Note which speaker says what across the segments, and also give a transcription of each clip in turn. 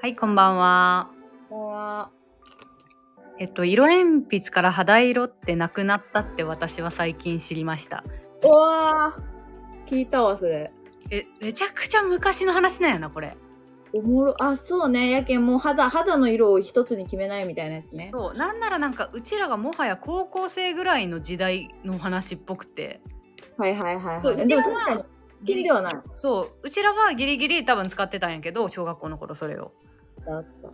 Speaker 1: はい、こんばんは。
Speaker 2: こは。
Speaker 1: えっと、色鉛筆から肌色ってなくなったって私は最近知りました。
Speaker 2: うわー聞いたわ、それ。
Speaker 1: え、めちゃくちゃ昔の話なんやな、これ。
Speaker 2: おもろ、あ、そうね。やけん、もう肌、肌の色を一つに決めないみたいなやつね。
Speaker 1: そう、なんならなんか、うちらがもはや高校生ぐらいの時代の話っぽくて。
Speaker 2: はいはいはい
Speaker 1: そ
Speaker 2: は
Speaker 1: うう
Speaker 2: い。
Speaker 1: ち
Speaker 2: で
Speaker 1: ら
Speaker 2: も
Speaker 1: は
Speaker 2: 確かに、金ではない。
Speaker 1: そう、うちらはギリギリ多分使ってたんやけど、小学校の頃それを。
Speaker 2: だった。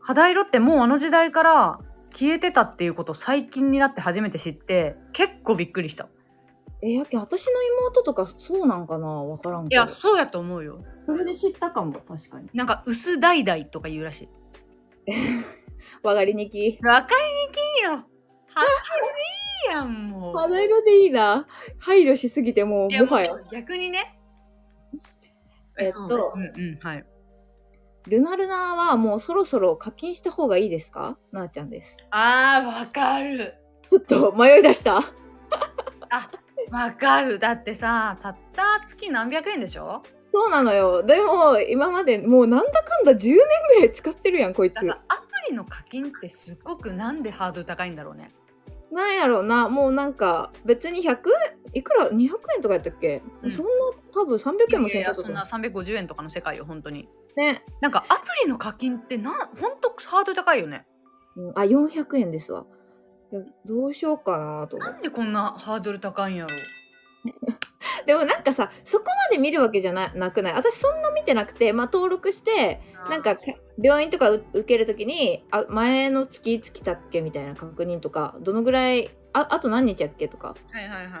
Speaker 1: 肌色ってもうあの時代から消えてたっていうことを最近になって初めて知って、結構びっくりした。
Speaker 2: え、やけん、私の妹とかそうなんかなわからん
Speaker 1: い
Speaker 2: けど。
Speaker 1: や、そうやと思うよ。
Speaker 2: それで知ったかも、確かに。
Speaker 1: なんか、薄橙とか言うらしい。
Speaker 2: わかりにき。
Speaker 1: わかりにきいよ。はっいいやん、もう。
Speaker 2: 肌色でいいな。配慮しすぎて
Speaker 1: い
Speaker 2: も、
Speaker 1: うや
Speaker 2: もはや。。
Speaker 1: 逆にね。
Speaker 2: えっと
Speaker 1: うんうん、はい。
Speaker 2: ルナルナはもうそろそろ課金した方がいいですかなあちゃんです。
Speaker 1: あー、わかる。
Speaker 2: ちょっと迷い出した。
Speaker 1: わかる。だってさ、たった月何百円でしょ
Speaker 2: そうなのよ。でも、今までもうなんだかんだ10年ぐらい使ってるやん、こい
Speaker 1: だ
Speaker 2: つ
Speaker 1: か。らアプリの課金ってすっごくなんでハードル高いんだろうね。
Speaker 2: なんやろうな、もうなんか、別に100いくら ?200 円とかやったっけ、
Speaker 1: うん
Speaker 2: そんな、多分300円も
Speaker 1: い
Speaker 2: せ
Speaker 1: やい
Speaker 2: んか
Speaker 1: や
Speaker 2: った
Speaker 1: そ
Speaker 2: と
Speaker 1: ん
Speaker 2: 思
Speaker 1: な350円とかの世界よ、本当に。
Speaker 2: う。ね、
Speaker 1: なんかアプリの課金ってな、本当ハードル高いよね。
Speaker 2: うんあ、400円ですわ。いやどうしようか なと思
Speaker 1: な
Speaker 2: うん
Speaker 1: でこんなハードル高いんやろ。
Speaker 2: でもなんかさ、そこまで見るわけじゃななくない私そんな見てなくて、まあ登録して、なんか、か病院とかう受けるときにあ前の月いつ来たっけみたいな確認とかどのぐらいああと何日やっけとか
Speaker 1: はいはいはい。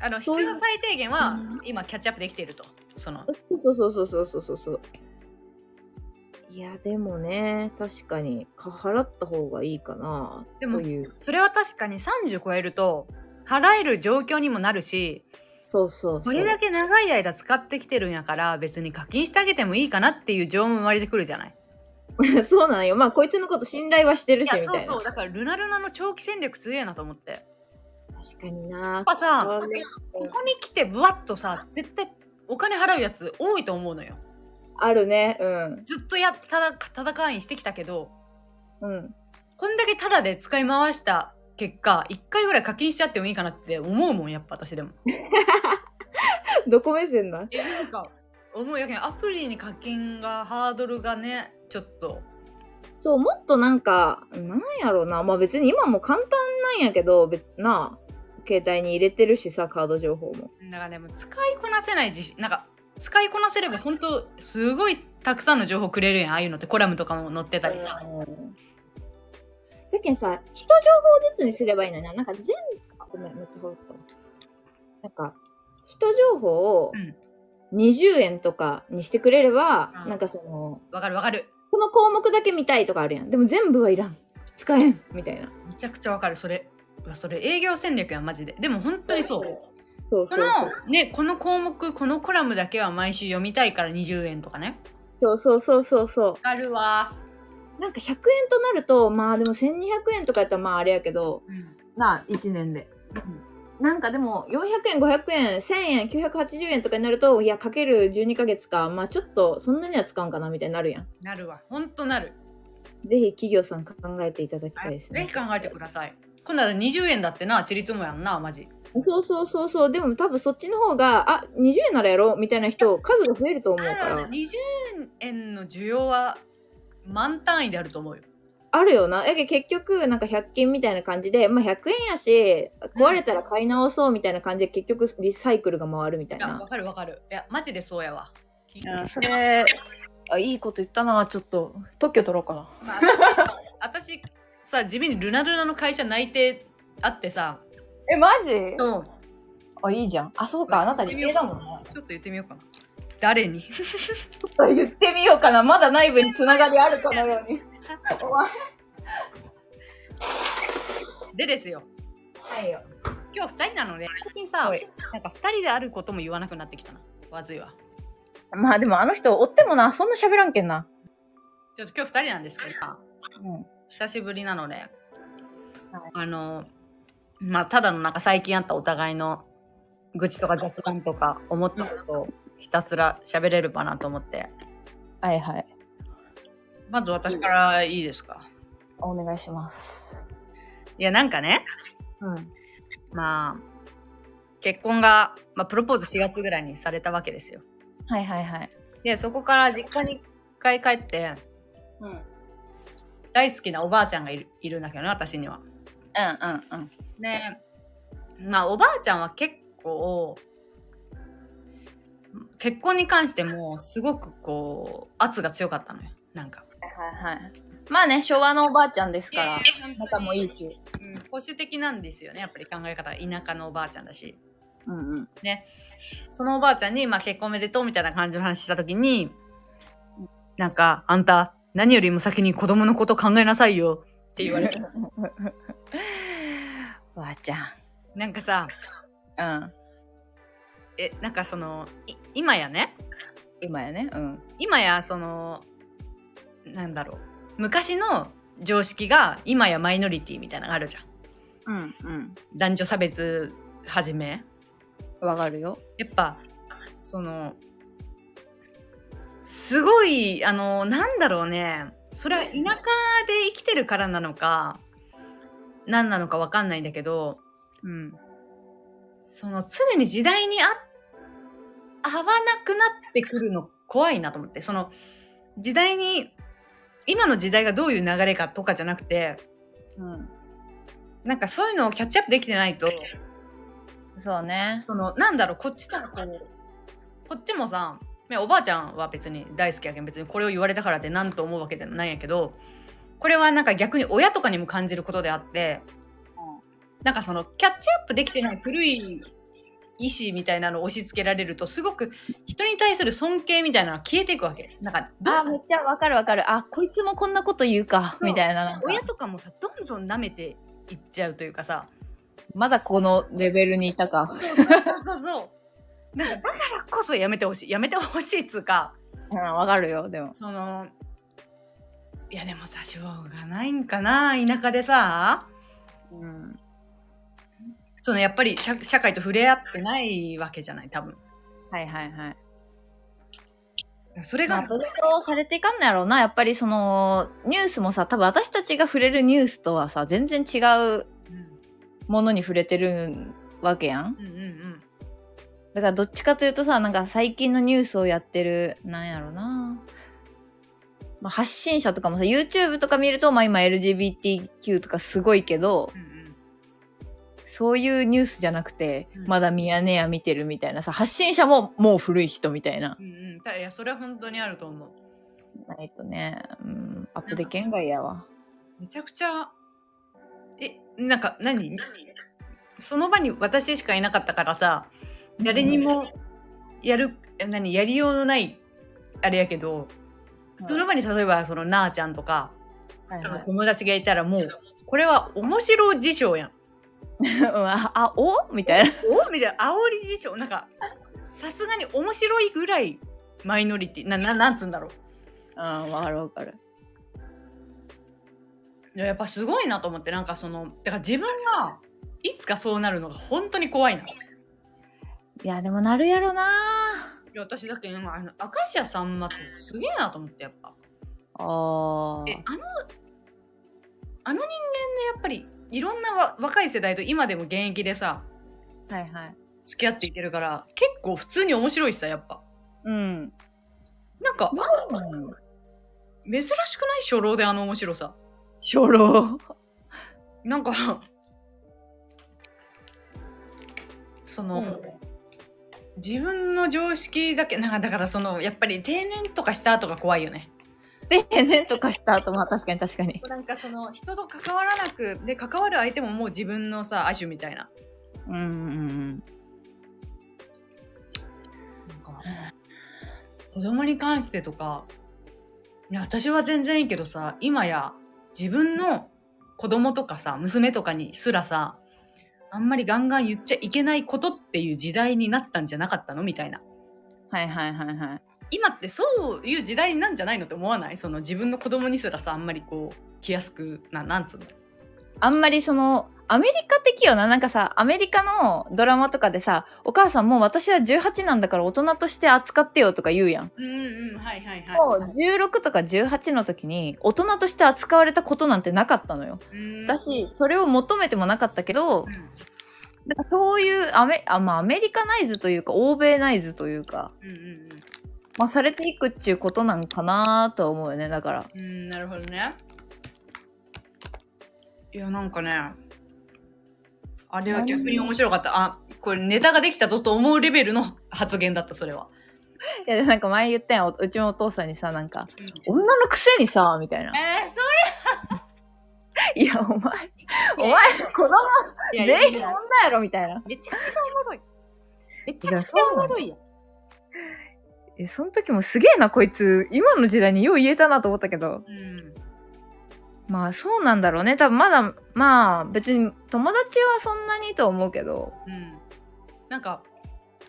Speaker 1: あの必
Speaker 2: そういう
Speaker 1: 要最低限は
Speaker 2: うん
Speaker 1: 今キャッチアップできていると。その
Speaker 2: そうそうそうそうそうそうそういやでもね確かにか払った方がいいかな
Speaker 1: でも
Speaker 2: という
Speaker 1: それは確かに30超えると払える状況にもなるし、
Speaker 2: そうそうそ
Speaker 1: こ
Speaker 2: う
Speaker 1: れだけ長い間使ってきてるんやから別に課金してあげてもいいかなっていう情も生まれてくるじゃない。
Speaker 2: そうなんよまあこいつのこと信頼はしてる
Speaker 1: い
Speaker 2: しみ
Speaker 1: や
Speaker 2: たい
Speaker 1: そうそ
Speaker 2: な
Speaker 1: うだからルナルナの長期戦略強えなと思って。やっ
Speaker 2: 確かにな
Speaker 1: ぱさ
Speaker 2: これ
Speaker 1: ここに来てブワッとさ絶対お金払うやつ多いと思うのよ。
Speaker 2: あるねうん
Speaker 1: ずっとやっただ戦いにしてきたけど
Speaker 2: うん
Speaker 1: こんだけタダで使い回した結果、一回ぐらい課金しちゃってもいいかなって思うもん、やっぱ私でも。
Speaker 2: どこ目線なん
Speaker 1: え、なんか、思うやけん、アプリに課金が、ハードルがね、ちょっと。
Speaker 2: そう、もっとなんか、なんやろな。まあ別に今も簡単なんやけど、別なあ、携帯に入れてるしさ、カード情報も。
Speaker 1: だからでも、使いこなせない自信、なんか、使いこなせれば、本当すごいたくさんの情報くれるやん、ああいうのって、コラムとかも載ってたりさ。
Speaker 2: 世間さ、人情報ずつにすればいいのにな。なんか全部、あごめん、めっちゃほったわ。なんか、人情報を
Speaker 1: うん
Speaker 2: 20円とかにしてくれれば、
Speaker 1: うん
Speaker 2: なんかその、
Speaker 1: わかるわかる。
Speaker 2: この項目だけ見たいとかあるやん。でも全部はいらん。使えん。 みたいな。
Speaker 1: めちゃくちゃわかる、それ。うわそれ営業戦略やんマジででも本当にそう
Speaker 2: そうそ
Speaker 1: こ
Speaker 2: うそう。
Speaker 1: のねこの項目このコラムだけは毎週読みたいから20円とかね
Speaker 2: そうそうそうそうそう。
Speaker 1: わかるわ、
Speaker 2: なんか100円となると、まあでも1200円とかやったらまああれやけど、
Speaker 1: うん、
Speaker 2: なあ、1年で。なんかでも400円、500円、1000円、980円とかになると、いや、かける12ヶ月か、まあちょっとそんなには使うんかなみたいになるやん。
Speaker 1: なるわ本当なる
Speaker 2: ぜひ企業さん考えていただきた
Speaker 1: ぜ
Speaker 2: いです
Speaker 1: ひ
Speaker 2: ね。
Speaker 1: 考えてください。今度は20円だってな、チリツモやんな、マジ。
Speaker 2: そうそうそうそう。でも多分そっちの方が、あ、20円ならやろうみたいな人、数が増えると思うから。
Speaker 1: 20円の需要は満単位であると思うよ。
Speaker 2: あるよな。やけ結局、なんか100均みたいな感じで、まあ100円やし、壊れたら買い直そうみたいな感じで、結局リサイクルが回るみたい
Speaker 1: いや、
Speaker 2: な
Speaker 1: わ。かるわかる。いや、マジでそうやわ。
Speaker 3: いやそれあいいこと言ったなちょっと特許取ろうかな
Speaker 1: まあ私私さ、地味にルナルナの会社内定あってさ、
Speaker 3: えマジ
Speaker 1: そう
Speaker 3: あいいじゃんあそう
Speaker 1: うん
Speaker 3: かあなたに
Speaker 1: 言ってみよう
Speaker 3: 家だもんね
Speaker 1: ちょっと言ってみようかな。誰 に
Speaker 3: 言ってみようかなまだ内部につながりあるかのように
Speaker 1: でですよ。
Speaker 2: はいよ。
Speaker 1: 今日2人なので、最近さ、
Speaker 3: はい
Speaker 1: なんか2人であることも言わなくなってきたな。わずいわ。
Speaker 3: まあでもあの人追ってもなそんな喋らんけんな、
Speaker 1: ちょっと今日2人なんですけどさ。
Speaker 3: うん、
Speaker 1: 久しぶりなので、あのまあただのなんか最近あったお互いの愚痴とか雑談とか思ったことをひたすら喋れればなと思って
Speaker 3: はいはい
Speaker 1: まず私からいいですか。
Speaker 2: お願いします。
Speaker 1: いや、なんかね、
Speaker 2: うん。
Speaker 1: まあ、結婚が、まあ、プロポーズ4月ぐらいにされたわけですよ。
Speaker 2: はいはいはい。
Speaker 1: で、そこから実家に一回帰って、
Speaker 2: うん。うんうん
Speaker 1: 大好きなおばあちゃんがいるいるんだけどね、私には。
Speaker 2: うん。
Speaker 1: ねまあおばあちゃんは結構結婚に関してもすごくこう圧が強かったのよなんか
Speaker 2: はいはいはい。まあね、昭和のおばあちゃんですから、仲もいい
Speaker 1: し、
Speaker 2: し。
Speaker 1: うん保守的なんですよねやっぱり考え方が田舎のおばあちゃんだし
Speaker 2: うんうん。
Speaker 1: そのおばあちゃんに、まあ、結婚おめでとうみたいな感じの話した時になんかあんた何よりも先に子供のこと考えなさいよって言わ れて
Speaker 2: おばあちゃん。
Speaker 1: なんかさ
Speaker 2: うん。
Speaker 1: えなんかそのい今やね
Speaker 2: 今やね。うん。
Speaker 1: 今やそのなんだろう昔の常識が今やマイノリティみたいなのがあるじゃん
Speaker 2: うんうん。
Speaker 1: 男女差別はじめ
Speaker 2: わかるよ。
Speaker 1: やっぱそのすごいあのなんだろうねそれは田舎で生きてるからなのか何なのかわかんないんだけど
Speaker 2: うん。
Speaker 1: その常に時代にあ合わなくなってくるの怖いなと思ってその時代に今の時代がどういう流れかとかじゃなくて
Speaker 2: うん。
Speaker 1: なんかそういうのをキャッチアップできてないと
Speaker 2: そうね。
Speaker 1: そのなんだろうこっちとこうこっちもさねおばあちゃんは別に大好きやけん別にこれを言われたからって何と思うわけじゃないんやけどこれはなんか逆に親とかにも感じることであって、なんかそのキャッチアップできてない古い意思みたいなのを押し付けられるとすごく人に対する尊敬みたいなのが消えていくわけなんかど
Speaker 2: あ、めっちゃわかるわかる。あ、こいつもこんなこと言うか、
Speaker 1: そう
Speaker 2: みたいななんか。
Speaker 1: 親とかもさどんどん舐めていっちゃうというかさ
Speaker 2: まだこのレベルにいたか。
Speaker 1: そうそうそう。なんかだからこそやめてほしい。やめてほしいっつうか、
Speaker 2: うん、わかるよ、でも。
Speaker 1: その、いやでもさ、しょうがないんかな、田舎でさ、
Speaker 2: うん。
Speaker 1: そのやっぱり社社会と触れ合ってないわけじゃない、多分。
Speaker 2: はいはいはい。
Speaker 1: それ
Speaker 2: ま
Speaker 1: が、
Speaker 2: あ、それをされていかんのやろうな。やっぱりその、ニュースもさ、多分私たちが触れるニュースとはさ、全然違う
Speaker 1: うん
Speaker 2: ものに触れてるわけやん。
Speaker 1: うんうん
Speaker 2: だからどっちかというとさ、なんか最近のニュースをやってる、なんやろうな。まあ、発信者とかもさ、YouTube とか見ると、まあ今 LGBTQ とかすごいけど、
Speaker 1: うんうん
Speaker 2: そういうニュースじゃなくて、
Speaker 1: うん
Speaker 2: まだミヤネ屋見てるみたいなさ、発信者ももう古い人みたいな。
Speaker 1: うんうんたいやそれは本当にあると思う
Speaker 2: ないとね、うん、アップできんがやわ。
Speaker 1: めちゃくちゃえなんか何その場に私しかいなかったからさ誰にもやる、何やりようのないあれやけど、その場に例えばそのなあちゃんとか、
Speaker 2: はいはい
Speaker 1: 友達がいたらもうこれは面白事象やん。
Speaker 2: うんあ、あおみたいな。
Speaker 1: おみたいな煽り事象なん かさすがに面白いぐらいマイノリティなななんつうんだろ
Speaker 2: うん、わかるわかる。
Speaker 1: うやっぱすごいなと思ってなんかそのだから自分がいつかそうなるのが本当に怖いない
Speaker 2: や、でもなるやろない
Speaker 1: や私だけど今あの明石家さんまってすげえなと思ってやっぱ
Speaker 2: あ
Speaker 1: えあのあの人間でやっぱりいろんなわ若い世代と今でも現役でさ
Speaker 2: あ。はいはい。
Speaker 1: 付き合っていけるから結構普通に面白いしさやっぱ
Speaker 2: うん。
Speaker 1: なんかあ珍しくない初老であの面白さ
Speaker 2: 初老。
Speaker 1: なんかその、自分の常識だけなんかだからそのやっぱり定年とかした後が怖いよね
Speaker 2: で、ねとかした後も確かに確かに。
Speaker 1: なんかその人と関わらなくで関わる相手ももう自分のさ亜種みたいな
Speaker 2: うんうん
Speaker 1: なんか子供に関してとかいや私は全然いいけどさ今や自分の子供とかさ娘とかにすらさあんまりガンガン言っちゃいけないことっていう時代になったんじゃなかったのみたいな
Speaker 2: はいはいはいはい。
Speaker 1: 今ってそういう時代なんじゃないのって思わないその自分の子供にすらさあんまりこう気安くななんつうの
Speaker 2: あんまりその、アメリカ的よな。なんかさ、アメリカのドラマとかでさ、お母さんもう私は18なんだから大人として扱ってよとか言うやん。
Speaker 1: うんうん、はいはいはい。
Speaker 2: もう16とか18の時に大人として扱われたことなんてなかったのよ。
Speaker 1: うん
Speaker 2: だし、それを求めてもなかったけど、なんかそういうアメあ、まあ、アメリカナイズというか、欧米ナイズというか、
Speaker 1: うんうん
Speaker 2: まあ、されていくっちゅうことなんかなとは思うよね。だから。
Speaker 1: うん。うん、なるほどね。いや、なんかね、あれは逆に面白かった。あ、これネタができたぞと思うレベルの発言だった、それは。
Speaker 2: いや、でもなんか前言ったやん。おうちもお父さんにさ、なんか、
Speaker 1: うん
Speaker 2: 女のくせにさ、みたいな。
Speaker 1: えー、そ
Speaker 2: いや、お前、
Speaker 1: う
Speaker 2: お前、子供
Speaker 1: いやいや
Speaker 2: 全
Speaker 1: い
Speaker 2: 員
Speaker 1: や
Speaker 2: 女やろみたいな。
Speaker 1: めちゃくちゃおもろい。めち
Speaker 2: い
Speaker 1: ゃ
Speaker 2: や
Speaker 1: くちゃおもろいやん。
Speaker 2: え、その時もすげえな、こいつ。今の時代によう言えたなと思ったけど。
Speaker 1: うん。
Speaker 2: まあ、そうなんだろうね。多分まだ、まあ、別に友達はそんなにと思うけど。
Speaker 1: うん、なんか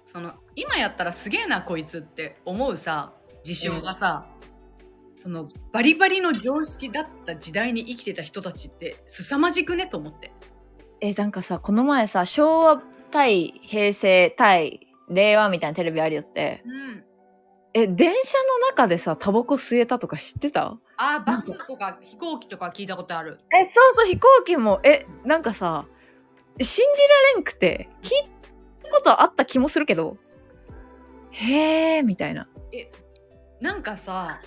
Speaker 1: その今やったらすげえなこいつって思うさ事象がさ、そのバリバリの常識だった時代に生きてた人たちって凄まじくねと思って。
Speaker 2: え、なんかさ、この前さ、昭和対平成対令和みたいなテレビあるよって。
Speaker 1: うん、
Speaker 2: え、電車の中でさ、タバコ吸えたとか知ってた
Speaker 1: あーバスとか飛行機とか聞いたことある。
Speaker 2: え、そうそう、飛行機も、え、なんかさ、信じられんくて、聞いたことはあった気もするけど、へえー、みたいな。
Speaker 1: なんかさ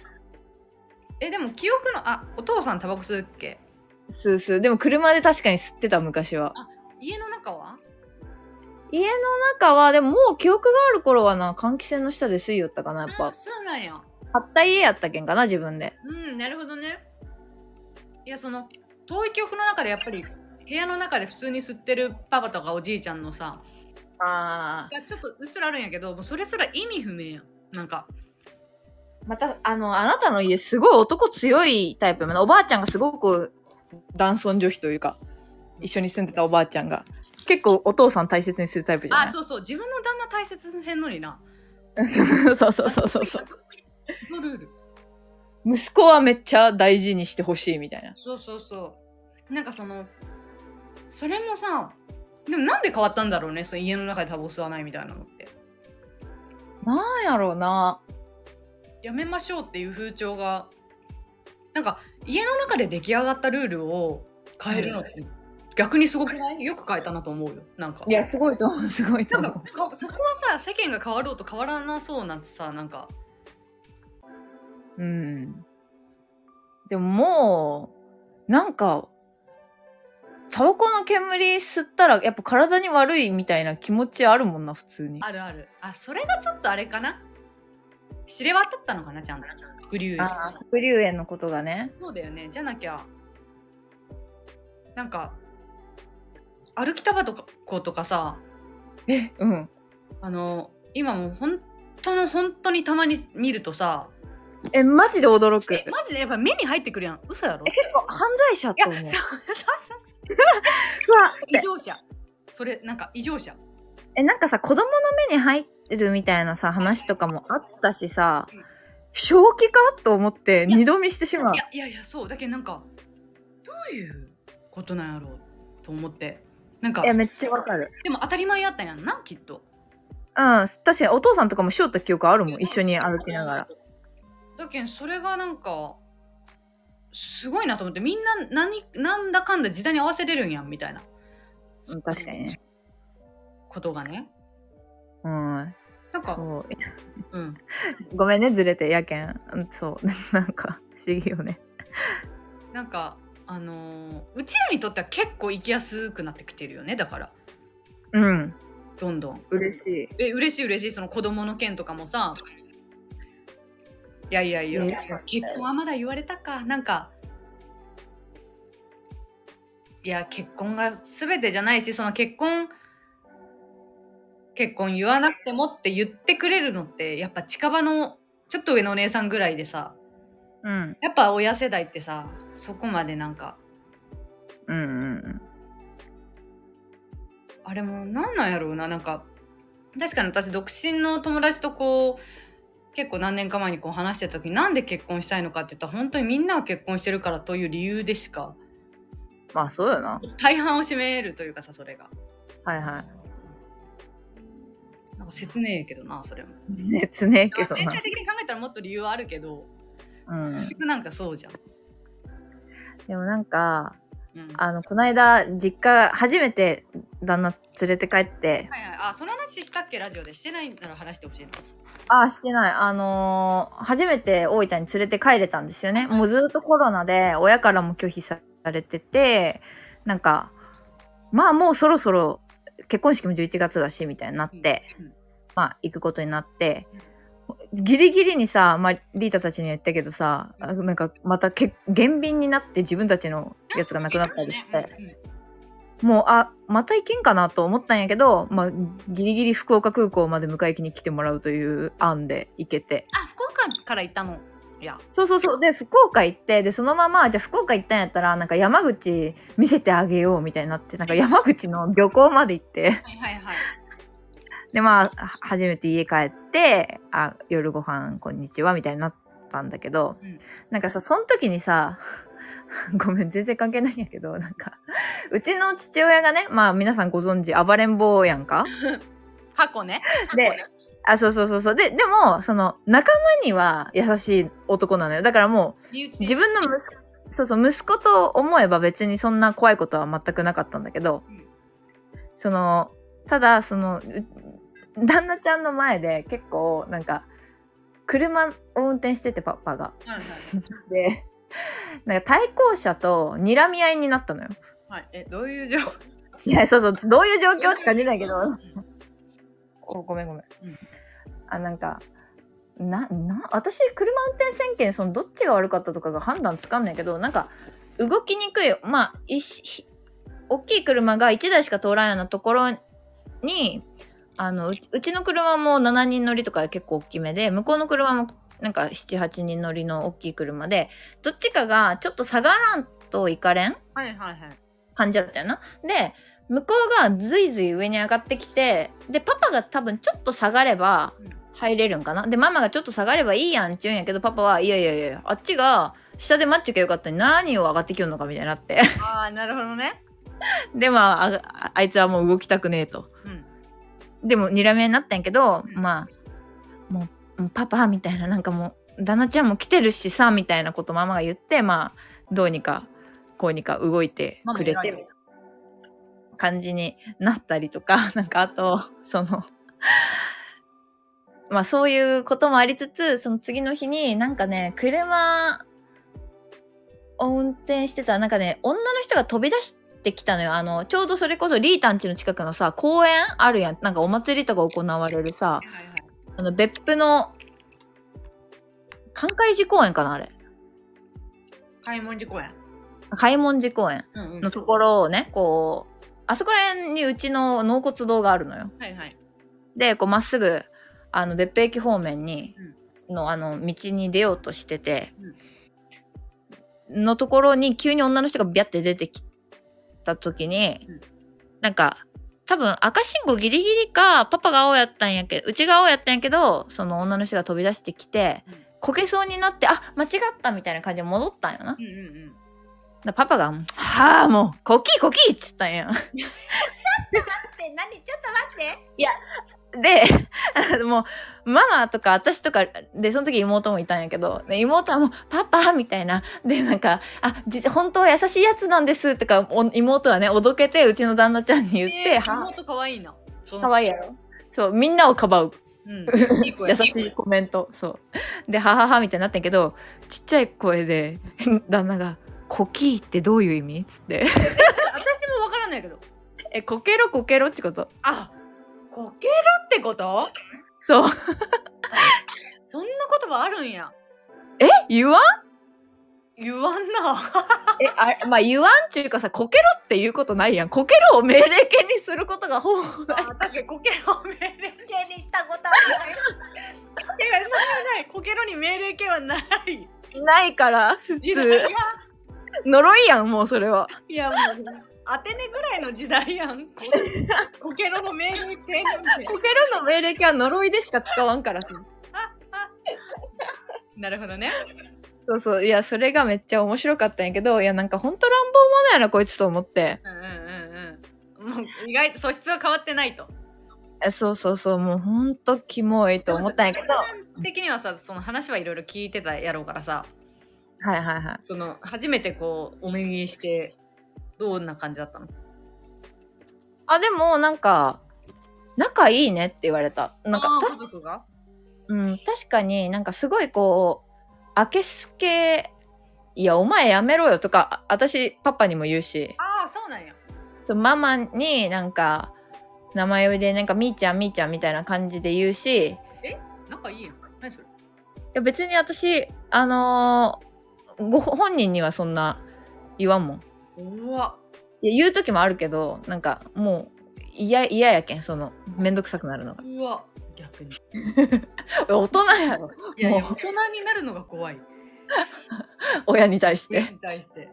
Speaker 1: えでも記憶のあお父さんタバコ吸うっけ
Speaker 2: スースー。でも車で確かに吸ってた、昔は。
Speaker 1: 家の中は
Speaker 2: 家の中は、でももう記憶がある頃はな、換気扇の下で吸いよったかな、やっ
Speaker 1: あ
Speaker 2: ぱ
Speaker 1: ー。そうなんや。
Speaker 2: 買った家やったけんかな、自分で。
Speaker 1: うんなるほどねいやその遠い記憶の中でやっぱり部屋の中で普通に吸ってるパパとかおじいちゃんのさ
Speaker 2: あ
Speaker 1: がちょっとうっすらあるんやけどもうそれすら意味不明やんなんか
Speaker 2: あ。また、あの、あなたの家、すごい男強いタイプやもんな。おばあちゃんがすごく男尊女卑というか、一緒に住んでたおばあちゃんが。結構お父さん大切にするタイプじゃない
Speaker 1: あそうそう自分の旦那大切にせんのにな
Speaker 2: そうそうそうそうそう。
Speaker 1: のルール
Speaker 2: 息子はめっちゃ大事にしてほしいみたいな。
Speaker 1: そうそうそうなんかそのそれもさでもなんで変わったんだろうねその家の中でタバコ吸わないみたいなのって
Speaker 2: なんやろうな。
Speaker 1: やめましょうっていう風潮がなんか家の中で出来上がったルールを変えるのって逆にすごくないよく変えたなと思うよなんか
Speaker 2: いや、すごいと思う。すごいと
Speaker 1: なん
Speaker 2: 思
Speaker 1: か
Speaker 2: う。
Speaker 1: かそこはさ世間が変わろうと変わらなそうなさなんか
Speaker 2: うん。でももう、なんか、タバコの煙吸ったらやっぱ体に悪いみたいな気持ちあるもんな、普通に。
Speaker 1: あるあるあそれがちょっとあれかな知れ渡ったのかなちゃんと伏流
Speaker 2: あー、副流炎のことがね。
Speaker 1: そうだよねじゃなきゃなんか歩きタバコとかさ
Speaker 2: え、うん。
Speaker 1: あの今もう本当の本当にたまに見るとさ
Speaker 2: え、マジで驚く。
Speaker 1: えマジでやっぱ目に入ってくるやん嘘やろい
Speaker 2: 構犯罪者
Speaker 1: や
Speaker 2: と
Speaker 1: そう
Speaker 2: 思う。
Speaker 1: そうそう
Speaker 2: うわ
Speaker 1: 異常者それなんか異常者
Speaker 2: え、なんかさ、子供の目に入ってるみたいなさ、話とかもあったしさ
Speaker 1: うん、
Speaker 2: 正気かと思って
Speaker 1: や
Speaker 2: 二度見してしまう
Speaker 1: い。やいやいやそうだけどなんかどういうことなんやろうと思ってなんか
Speaker 2: いや、めっちゃわかる。
Speaker 1: でも当たり前やったんやんなきっと
Speaker 2: うん、確かにお父さんとかもしよった記憶あるもん。一緒に歩きながら。
Speaker 1: だけんそれがなんかすごいなと思ってみんな何なんだかんだ時代に合わせれるんやんみたいな
Speaker 2: うん、確かにね。
Speaker 1: ことがね
Speaker 2: うん、
Speaker 1: なんか
Speaker 2: そう。
Speaker 1: うん
Speaker 2: ごめんね、ずれて、やけん。うんそう。 なんか、不思議よね。
Speaker 1: なんかあのーうちらにとっては結構生きやすくなってきてるよねだから
Speaker 2: うん。
Speaker 1: どんどん
Speaker 2: 嬉しい。
Speaker 1: え嬉しい嬉しいその子供の件とかもさいやいやいや
Speaker 2: え
Speaker 1: 結婚はまだ言われたかなんかいや結婚が全てじゃないしその結婚結婚言わなくてもって言ってくれるのってやっぱ近場のちょっと上のお姉さんぐらいでさ
Speaker 2: うん。
Speaker 1: やっぱ親世代ってさそこまでなんか
Speaker 2: うんうん
Speaker 1: あれもなんなんやろうななんか確かに私独身の友達とこう結構何年か前にこう話してた時なんで結婚したいのかって言ったら本当にみんなが結婚してるからという理由でしか
Speaker 2: まあそうよな。
Speaker 1: 大半を占めるというかさ、それが。
Speaker 2: はいは
Speaker 1: なんか切ねえけどな、それも。
Speaker 2: い。切ねえけど
Speaker 1: 全
Speaker 2: な
Speaker 1: 体。的に考えたらもっと理由はあるけど、
Speaker 2: うん。
Speaker 1: 結局なんかそうじゃん。
Speaker 2: でもなんか、
Speaker 1: うん、
Speaker 2: あの、こないだ実家、初めて旦那連れて帰って、
Speaker 1: はいはい、あその話したっけラジオでしてないなら話してほしいの
Speaker 2: ああ、してない。あのー初めて大分に連れて帰れたんですよね。もうずっとコロナで親からも拒否されてて、なんか、まあもうそろそろ結婚式も11月だし、みたいになって、
Speaker 1: うん
Speaker 2: まあ行くことになって、ギリギリにさ、まあリータたちには言ったけどさ、あなんかまたけ減便になって自分たちのやつがなくなったりして、
Speaker 1: うんうん
Speaker 2: もうあまた行けんかなと思ったんやけど、まあ、ギリギリ福岡空港まで迎えに来てもらうという案で行けて
Speaker 1: あ福岡から行ったのいや
Speaker 2: そうそうそうで福岡行ってでそのままじゃあ福岡行ったんやったらなんか山口見せてあげようみたいになってなんか山口の漁港まで行って
Speaker 1: はいはいはい
Speaker 2: でまあは初めて家帰ってあ夜ご飯こんにちはみたいになったんだけど、
Speaker 1: うん
Speaker 2: なんかさその時にさ ごめん全然関係ないんやけどなんかうちの父親がねまあ皆さんご存知暴れん坊やんか
Speaker 1: 箱ね
Speaker 2: で、あ、そうそうそうそう。で、でも、その、仲間には優しい男なのよ。だからも
Speaker 1: 身内
Speaker 2: う、自分の息子、そうそう、息子と思えば別にそんな怖いことは全くなかったんだけど、
Speaker 1: うん
Speaker 2: その、ただ、その、う旦那ちゃんの前で結構、なんか、車を運転してて、パパが。
Speaker 1: はいはい
Speaker 2: で、なんか対向車と睨み合いになったのよ。
Speaker 1: はい、はい、えどういう状況
Speaker 2: いや、そうそう、どういう状況って感じないけど、おごめんごめ
Speaker 1: う
Speaker 2: ん、
Speaker 1: ん
Speaker 2: あなんかなな私車運転せんけんそのどっちが悪かったとかが判断つかんないけどなんか動きにくいまあいしひ大きい車が1台しか通らんようなところにあのううちの車も7人乗りとか結構大きめで向こうの車もなんか78人乗りの大きい車でどっちかがちょっと下がらんといかれん
Speaker 1: はいはいはい
Speaker 2: 感じだったよな。で向こうがずいずい上に上がってきてでパパが多分ちょっと下がれば
Speaker 1: うん
Speaker 2: 入れるんかなでママがちょっと下がればいいやんちゅうんやけどパパはいやいやいやいやあっちが下で待っちゅきゃよかったのに何を上がってきよんのかみたいになって
Speaker 1: ああなるほどね
Speaker 2: でまあああいつはもう動きたくねえと
Speaker 1: うん
Speaker 2: でも睨み合いになったんやけど、
Speaker 1: うん
Speaker 2: まあもうもうパパみたいななんかもう旦那ちゃんも来てるしさみたいなことママが言ってまあどうにかこうにか動いてくれ
Speaker 1: ママ偉
Speaker 2: て
Speaker 1: いよ
Speaker 2: 感じになったりとか なんかあとその まあそういうこともありつつその次の日になんかね車を運転してたらなんかね女の人が飛び出してきたのよあのちょうどそれこそリータンチの近くのさ公園あるやんなんかお祭りとか行われるさ
Speaker 1: はいはいはい
Speaker 2: あの別府の関海寺公園かなあれ
Speaker 1: 開門寺公園
Speaker 2: 開門寺公園
Speaker 1: うんうん
Speaker 2: のところをねこうあそこら辺にうちの納骨堂があるのよ
Speaker 1: はいはい
Speaker 2: でこうまっすぐあの別府駅方面に、のあの道に出ようとしてて、のところに急に女の人がビャって出てきた時に、
Speaker 1: うん
Speaker 2: なんか多分赤信号ギリギリかパパが青やったんやけどうちが青やったんやけどその女の人が飛び出してきて、
Speaker 1: うん
Speaker 2: こけそうになってあ間違ったみたいな感じで戻ったんよな。
Speaker 1: うんうんうん
Speaker 2: だからパパが「はあもうコキコキ」っつったん や。
Speaker 1: で何ちょっと待って
Speaker 2: で もうママとか私とかでその時妹もいたんやけど、ね、妹はもう「パパ」みたいなでなんか「あじ本当は優しいやつなんです」とかお妹はねおどけてうちの旦那ちゃんに言って「
Speaker 1: えー
Speaker 2: は
Speaker 1: 妹可愛いなその
Speaker 2: かわいいやろ」そうみんなをかばう
Speaker 1: うんいい子や
Speaker 2: 優しいコメントそうで「ははは」みたいになったんやけどちっちゃい声で 旦那が「コキーってどういう意味?」っつって
Speaker 1: 私もわからないけど
Speaker 2: 「えコケロコケロ」ってこと
Speaker 1: あこけろってこと
Speaker 2: そう
Speaker 1: そんな言葉あるんや
Speaker 2: え言わん
Speaker 1: 言わんな
Speaker 2: え、あれ、まあ、言わんちゅうかさ、こけろっていうことないやん。こけろを命令形にすることがほぼない。
Speaker 1: あ確かにこけろを命令形にしたことはないいやそれはないこけろに命令形はない
Speaker 2: ないから、普
Speaker 1: 時代や
Speaker 2: 通。呪いやん、もうそれは。
Speaker 1: いやもうアテネぐらいの時代やんこ こけろの命令形なんて
Speaker 2: こけろの命令形は呪いでしか使わんからさ。
Speaker 1: なるほどね
Speaker 2: そうそういやそれがめっちゃ面白かったんやけどいやなんかほんと乱暴者やなこいつと思って
Speaker 1: うんうんうんうんもう意外と素質は変わってないと。
Speaker 2: えそうそうそうもうほんとキモいと思ったんやけど
Speaker 1: さ的にはさその話はいろいろ聞いてたやろうからさ
Speaker 2: はいはいはい
Speaker 1: その初めてこうお目見えしてどんな感じだったの
Speaker 2: あでもなんか仲いいねって言われたなんか
Speaker 1: あー
Speaker 2: 確
Speaker 1: 家族が
Speaker 2: うん、確かになんかすごいこうあけすけいやお前やめろよとかあ私パパにも言うし
Speaker 1: ああそうなんや。
Speaker 2: そうママになんか名前呼びでなんかみーちゃんみーちゃんみたいな感じで言うしい
Speaker 1: 仲いいやん。何それ
Speaker 2: や別に私あのーご本人にはそんな言わんもん
Speaker 1: うわ
Speaker 2: いや言う時もあるけどなんかもう嫌嫌やけんそのめんどくさくなるのが
Speaker 1: うわ逆に。い
Speaker 2: 大人やろ
Speaker 1: やいや
Speaker 2: も
Speaker 1: 大人になるのが怖い。
Speaker 2: 親に対し
Speaker 1: 親
Speaker 2: て
Speaker 1: に対して。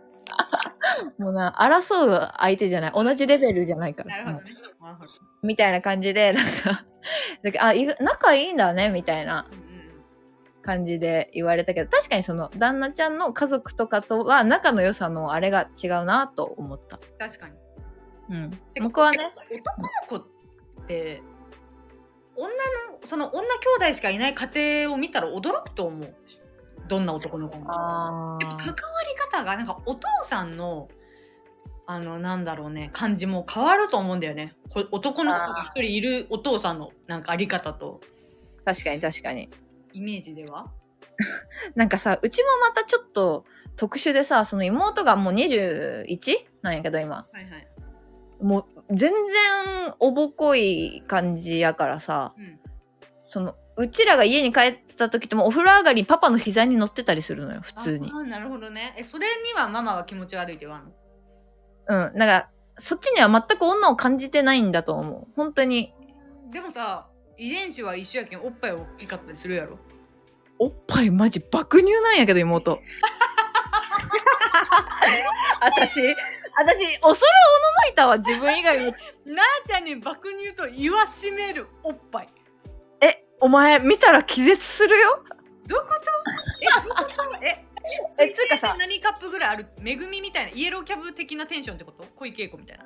Speaker 2: もうな争う相手じゃない同じレベルじゃないから
Speaker 1: なるほどね。なるほど
Speaker 2: みたいな感じで、なんか、 なんかあ、い仲いいんだね、みたいな
Speaker 1: うんうん
Speaker 2: 感じで言われたけど、確かにその、旦那ちゃんの家族とかとは、仲の良さのあれが違うなと思った。
Speaker 1: うん確かに。
Speaker 2: うん。
Speaker 1: てか
Speaker 2: 僕はね、。
Speaker 1: てか男の子って女のその女兄弟しかいない家庭を見たら驚くと思う。どんな男の子も。
Speaker 2: あ
Speaker 1: やっぱ関わり方がなんかお父さんのあのなんだろうね感じも変わると思うんだよねこ男の子が一人いるお父さんのなんかあり方と
Speaker 2: 確かに確かに。
Speaker 1: イメージでは
Speaker 2: なんかさ、うちもまたちょっと特殊でさ、その妹がもう 21? なんやけど今。
Speaker 1: はいはい、
Speaker 2: もう全然おぼこい感じやからさ、
Speaker 1: うん、
Speaker 2: その、うちらが家に帰ってた時ってもうお風呂上がりパパの膝に乗ってたりするのよ、普通に
Speaker 1: あ。あなるほどねえそれにはママは気持ち悪いって言わんの
Speaker 2: うん、なんか、そっちには全く女を感じてないんだと思う。本当に、
Speaker 1: でもさ遺伝子は一緒やけんおっぱいは大きかったりするやろ
Speaker 2: おっぱいマジ爆乳なんやけど、 妹。私、私、恐れおののいたわ、自分以外の。
Speaker 1: なあちゃんに爆乳と言わしめるおっぱい
Speaker 2: え、お前、見たら気絶するよ。
Speaker 1: どういう ことえどういうことえ
Speaker 2: え
Speaker 1: 推定
Speaker 2: つうかさ
Speaker 1: 何カップぐらいあるめぐみみたいなイエローキャブ的なテンションってこと恋稽古みたいな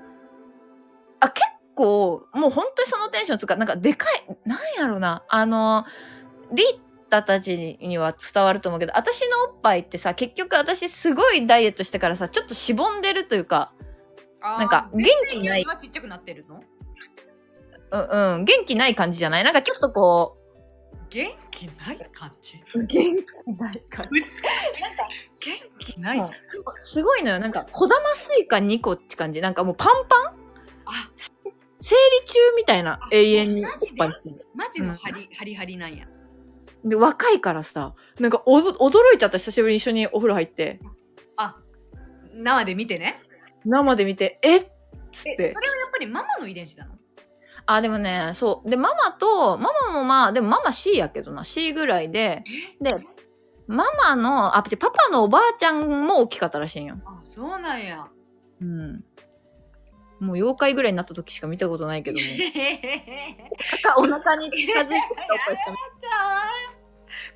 Speaker 2: あ、結構、もう本当にそのテンションつうか、なんかでかい、なんやろな。あの、リッタたちには伝わると思うけど、私のおっぱいってさ、結局私すごいダイエットしてからさ、ちょっとしぼんでるというか、
Speaker 1: な
Speaker 2: なんか元気ない
Speaker 1: はちっちゃくなってるの
Speaker 2: うんうん、元気ない感じじゃないなんかちょっとこ
Speaker 1: 元気ない感じ
Speaker 2: う。元気ない感
Speaker 1: 元気ない、
Speaker 2: うんすごいのよ。なんか、小玉スイカ2個って感じ。なんかもうパンパン
Speaker 1: あ
Speaker 2: 生理中みたいな
Speaker 1: あ
Speaker 2: 永遠におっ
Speaker 1: マジで
Speaker 2: ぱいしてる。
Speaker 1: マジのハリ,、ハリハリなんや
Speaker 2: で、若いからさ、なんかお驚いちゃった。久しぶりに一緒にお風呂入って。
Speaker 1: あ生で見てね
Speaker 2: 生で見て、えっつ
Speaker 1: え
Speaker 2: っ
Speaker 1: それはや
Speaker 2: て。
Speaker 1: っぱりママの遺伝子なの
Speaker 2: あ、でもね、そう。で、ママと、ママもまあ、でもママ C やけどな。C ぐらいで、
Speaker 1: え
Speaker 2: で、ママの、あ、違うパパのおばあちゃんも大きかったらしいんよ。
Speaker 1: あそうなんや
Speaker 2: うん。もう妖怪ぐらいになった時しか見たことないけども。
Speaker 1: 肩
Speaker 2: お腹に近づいてきたおっぱいしか見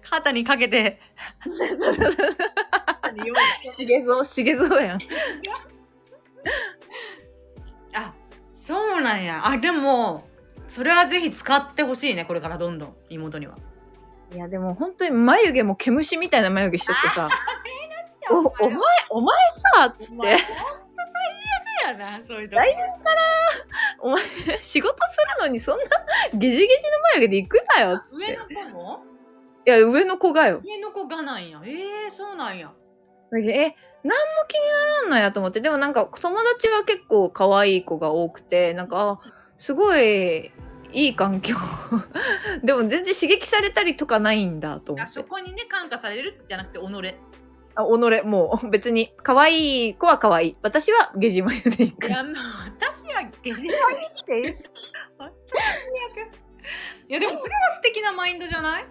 Speaker 1: 肩にかけて
Speaker 2: しげぞう、しげぞうやん。
Speaker 1: あそうなんやあでもそれはぜひ使ってほしいねこれからどんどん妹にはい
Speaker 2: や、でも本当に眉毛も毛虫みたいな眉毛しとってさ、お、お前、お前さ、つっ
Speaker 1: お前
Speaker 2: て、
Speaker 1: ほんと最悪やなそういうとこ
Speaker 2: お前、仕事するのにそんなゲジゲジの眉毛で行くなよ、つっ
Speaker 1: 上
Speaker 2: て。
Speaker 1: の子も
Speaker 2: いや、上の子がよ。
Speaker 1: 上の子がなんやえー、そうなんや
Speaker 2: だけどえ、なんも気にならんのやと思って、でもなんか友達は結構可愛い子が多くて、なんか、あすごい、いい環境。 でも全然刺激されたりとかないんだと思
Speaker 1: あ
Speaker 2: って
Speaker 1: そ。こにね感化されるじゃなくて己い
Speaker 2: あ、己、もう、別に、可愛い子は可愛い。私は、ゲジ眉でいく。
Speaker 1: やもう私はゲ ジマリって本当に最悪いやでもそれは素敵なマインドじゃない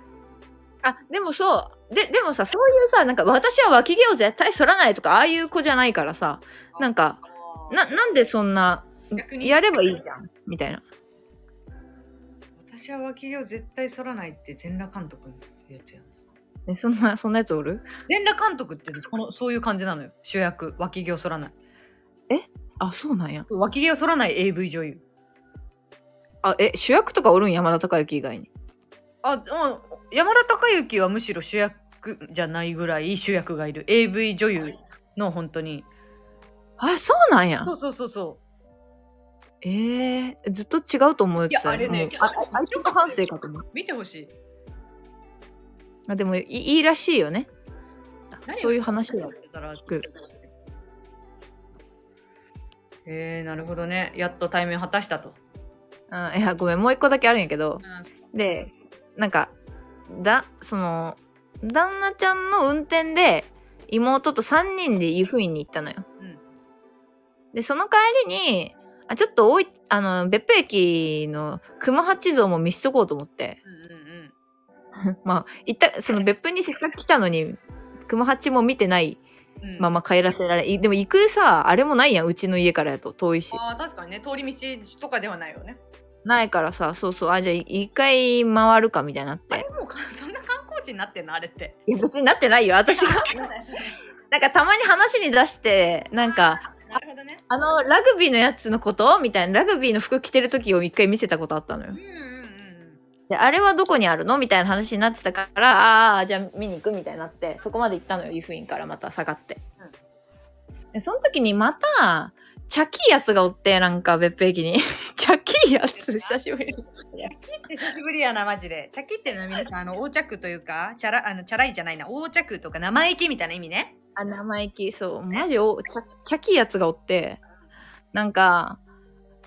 Speaker 2: あ、でもそう。で、でもさ、そういうさ、なんか、私は脇毛を絶対剃らないとか、ああいう子じゃないからさ、なんか、な、なんでそんな、
Speaker 1: 逆に
Speaker 2: やればいいじゃん、みたいな。
Speaker 1: 私は脇毛を絶対剃らないって全裸監督のやつやん
Speaker 2: えそんな、そんなやつおる
Speaker 1: 全裸監督ってこのそういう感じなのよ主役脇毛を剃らない
Speaker 2: あ、そうなんや。
Speaker 1: 脇毛を剃らない AV 女優
Speaker 2: あ、え、主役とかおるん山田孝之以外に。
Speaker 1: あうん山田孝之はむしろ主役じゃないぐらい主役がいる AV 女優の本当に
Speaker 2: あ、そうなんや
Speaker 1: そ。うそうそうそう
Speaker 2: ええずっと違うと思うけど
Speaker 1: いやあれね
Speaker 2: うんあ、あ相手の反省かと思う。
Speaker 1: 見てほしい
Speaker 2: あ、でもいい、いいらしいよね。そういう話
Speaker 1: だ
Speaker 2: だ
Speaker 1: 聞
Speaker 2: 聞く
Speaker 1: えー、なるほどねやっと対面果たしたと、
Speaker 2: うん、いや、ごめん、もう一個だけあるんやけど。で、なんか、だ、その、旦那ちゃんの運転で、妹と3人で湯布院に行ったのよ。
Speaker 1: うん
Speaker 2: で、その帰りに、あ、ちょっと多い、あの、別府駅の熊八像も見しとこうと思って。
Speaker 1: うんうんうん
Speaker 2: まあ、行った、その別府にせっかく来たのに、熊八も見てない
Speaker 1: うん
Speaker 2: まま帰らせられ、いでも行くさ、あれもないやん、うちの家からやと、遠いし。
Speaker 1: あー確かにね通り道とかではないよね
Speaker 2: ないからさ、そうそう、あ、じゃあ一回回るかみたいになっ
Speaker 1: あれ
Speaker 2: て。
Speaker 1: もうかそんな観光地になってんのあれって
Speaker 2: いや、別になってないよ、私が。なんかたまに話に出して、なんか、
Speaker 1: なるほどね
Speaker 2: あの、ラグビーのやつのことみたいな、ラグビーの服着てる時を一回見せたことあったのよ
Speaker 1: うん。うんうん
Speaker 2: で、あれはどこにあるのみたいな話になってたから、ああ、じゃあ見に行くみたいになって、そこまで行ったのよ、湯布院からまた下がって。で、その時にまた、チャキーやつがおって、なんか別府駅に。 チャキーやつ、久しぶりに。
Speaker 1: で久しぶりやなマジでチャキってのは皆さんあの横着というかチャラあのチャラいじゃないな横着とか生意気みたいな意味ね
Speaker 2: あ、生意気、そう。マジお、チャチャキやつがおって、なんか、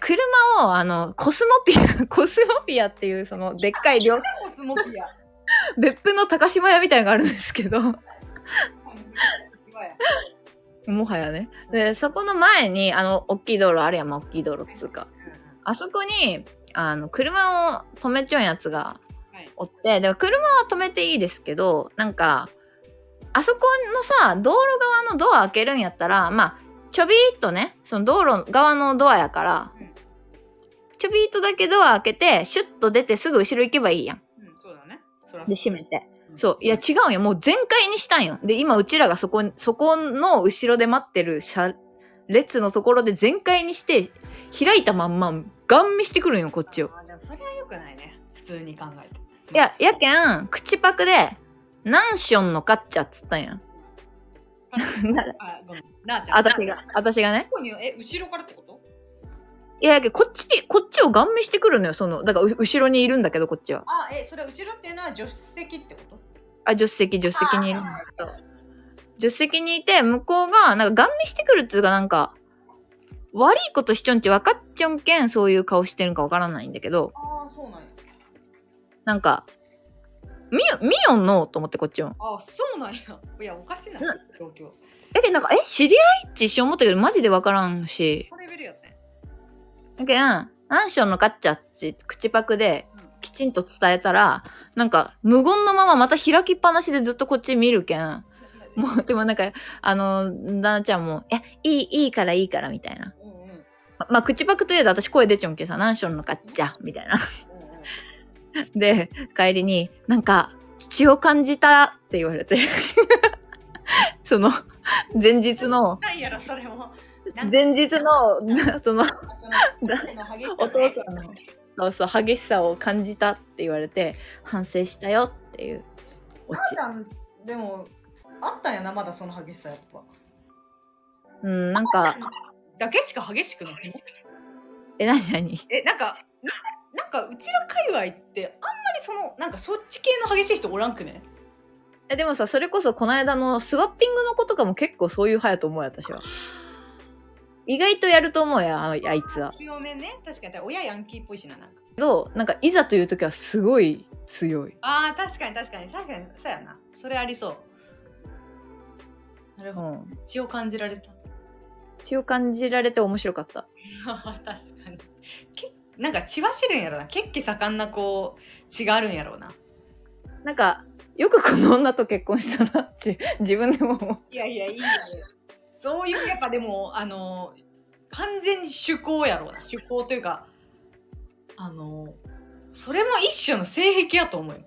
Speaker 2: 車を、あの、コスモピア、 コスモピアっていう、その、でっかい両、
Speaker 1: コスモピア
Speaker 2: 別府の高島屋みたいなのがあるんですけど、もはやね。で、そこの前に、あの、大きい道路あるやん、まあ、大きい道路っつうか。あそこに、あの、車を止めちょんやつが
Speaker 1: はい
Speaker 2: おって、でも車は止めていいですけど、なんか、あそこのさ、道路側のドア開けるんやったら、まあ、ちょびーっとね、その道路側のドアやから
Speaker 1: うん、
Speaker 2: ちょびーっとだけドア開けて、シュッと出てすぐ後ろ行けばいいやん。
Speaker 1: うんそうだねそら
Speaker 2: で、閉めて。
Speaker 1: うん
Speaker 2: そう。いや、違うんよ。もう全開にしたんよ。で、今、うちらがそこ、そこの後ろで待ってる車、列のところで全開にして、開いたまんま、ガン見してくるんよ、こっちを。
Speaker 1: あでもそれは良くないね普通に考えて
Speaker 2: いや、やけん、口パクで、ナンションのカッチャっつったん や。
Speaker 1: あごめんなあちゃん
Speaker 2: 私が、 私がね
Speaker 1: ど。こにえ後ろからってこと
Speaker 2: いや、やけんこっちに、こっちをガン見してくるのよ、その、だから、う後ろにいるんだけど、こっちは。
Speaker 1: あえそれ後ろっていうのは助手席ってこと
Speaker 2: あ、助手席、助手席にいるんだけど。助手席にいて、向こうが、なんか、ガン見してくるっつうか、なんか、悪いことしちょんち分かっちょんけん、そういう顔してるんか分からないんだけど、
Speaker 1: ああそうなんや
Speaker 2: なんか、み、みよんのと思って、こっちも。
Speaker 1: あそうなんや いやおかしいな
Speaker 2: う
Speaker 1: 状況
Speaker 2: え、なんか、え、知り合いって一瞬思ったけど、マジで分からんし。
Speaker 1: このレベルやったんや
Speaker 2: だけど、アンションのカッチャっち、口パクで、
Speaker 1: うん
Speaker 2: きちんと伝えたら、なんか、無言のまままた開きっぱなしでずっとこっち見るけん。もう、でもなんか、あの、旦那ちゃんも、いや、いい、いいからいいから、みたいな。
Speaker 1: うんうんうんうん
Speaker 2: ままあ、口パクといえば私声出ちょんけさ、何しょんのかっちゃ、みたいな。 で、帰りに、なんか、血を感じたって言われて。 その、前日の、
Speaker 1: なんやろそれもなんか
Speaker 2: 前日の、なその、
Speaker 1: その激しさね
Speaker 2: お父さんの、そうそう、激しさを感じたって言われて、反省したよっていう。オチ
Speaker 1: 母ちゃんでもあったんやなまだその激しさやっぱ
Speaker 2: うん、なんか、
Speaker 1: だけしか激しくない
Speaker 2: え、なにな に
Speaker 1: えなんかななんかうちら界隈ってあんまりそのなんかそっち系の激しい人おらんくね
Speaker 2: えでもさ、それこそこの間のスワッピングの子とかも結構そういう派やと思うよ、私は。意外とやると思うや、ああいつは。
Speaker 1: 強めね確かに親ヤンキーっぽいしななんか
Speaker 2: けど、なんかいざという時はすごい強い。
Speaker 1: あー確かに確かに確かにそうやなそれありそうなる
Speaker 2: う
Speaker 1: ほど
Speaker 2: ん。
Speaker 1: 血を感じられた
Speaker 2: 血を感じられて面白かった。
Speaker 1: 確かにけなんか血走るんやろな血気盛んなこう血があるんやろうな
Speaker 2: なんか、よくこの女と結婚したなって、自分でも思う。
Speaker 1: いやいやいいやそういうやっぱでもあの完全に趣向やろうな趣向というかあのそれも一種の性癖やと思うよ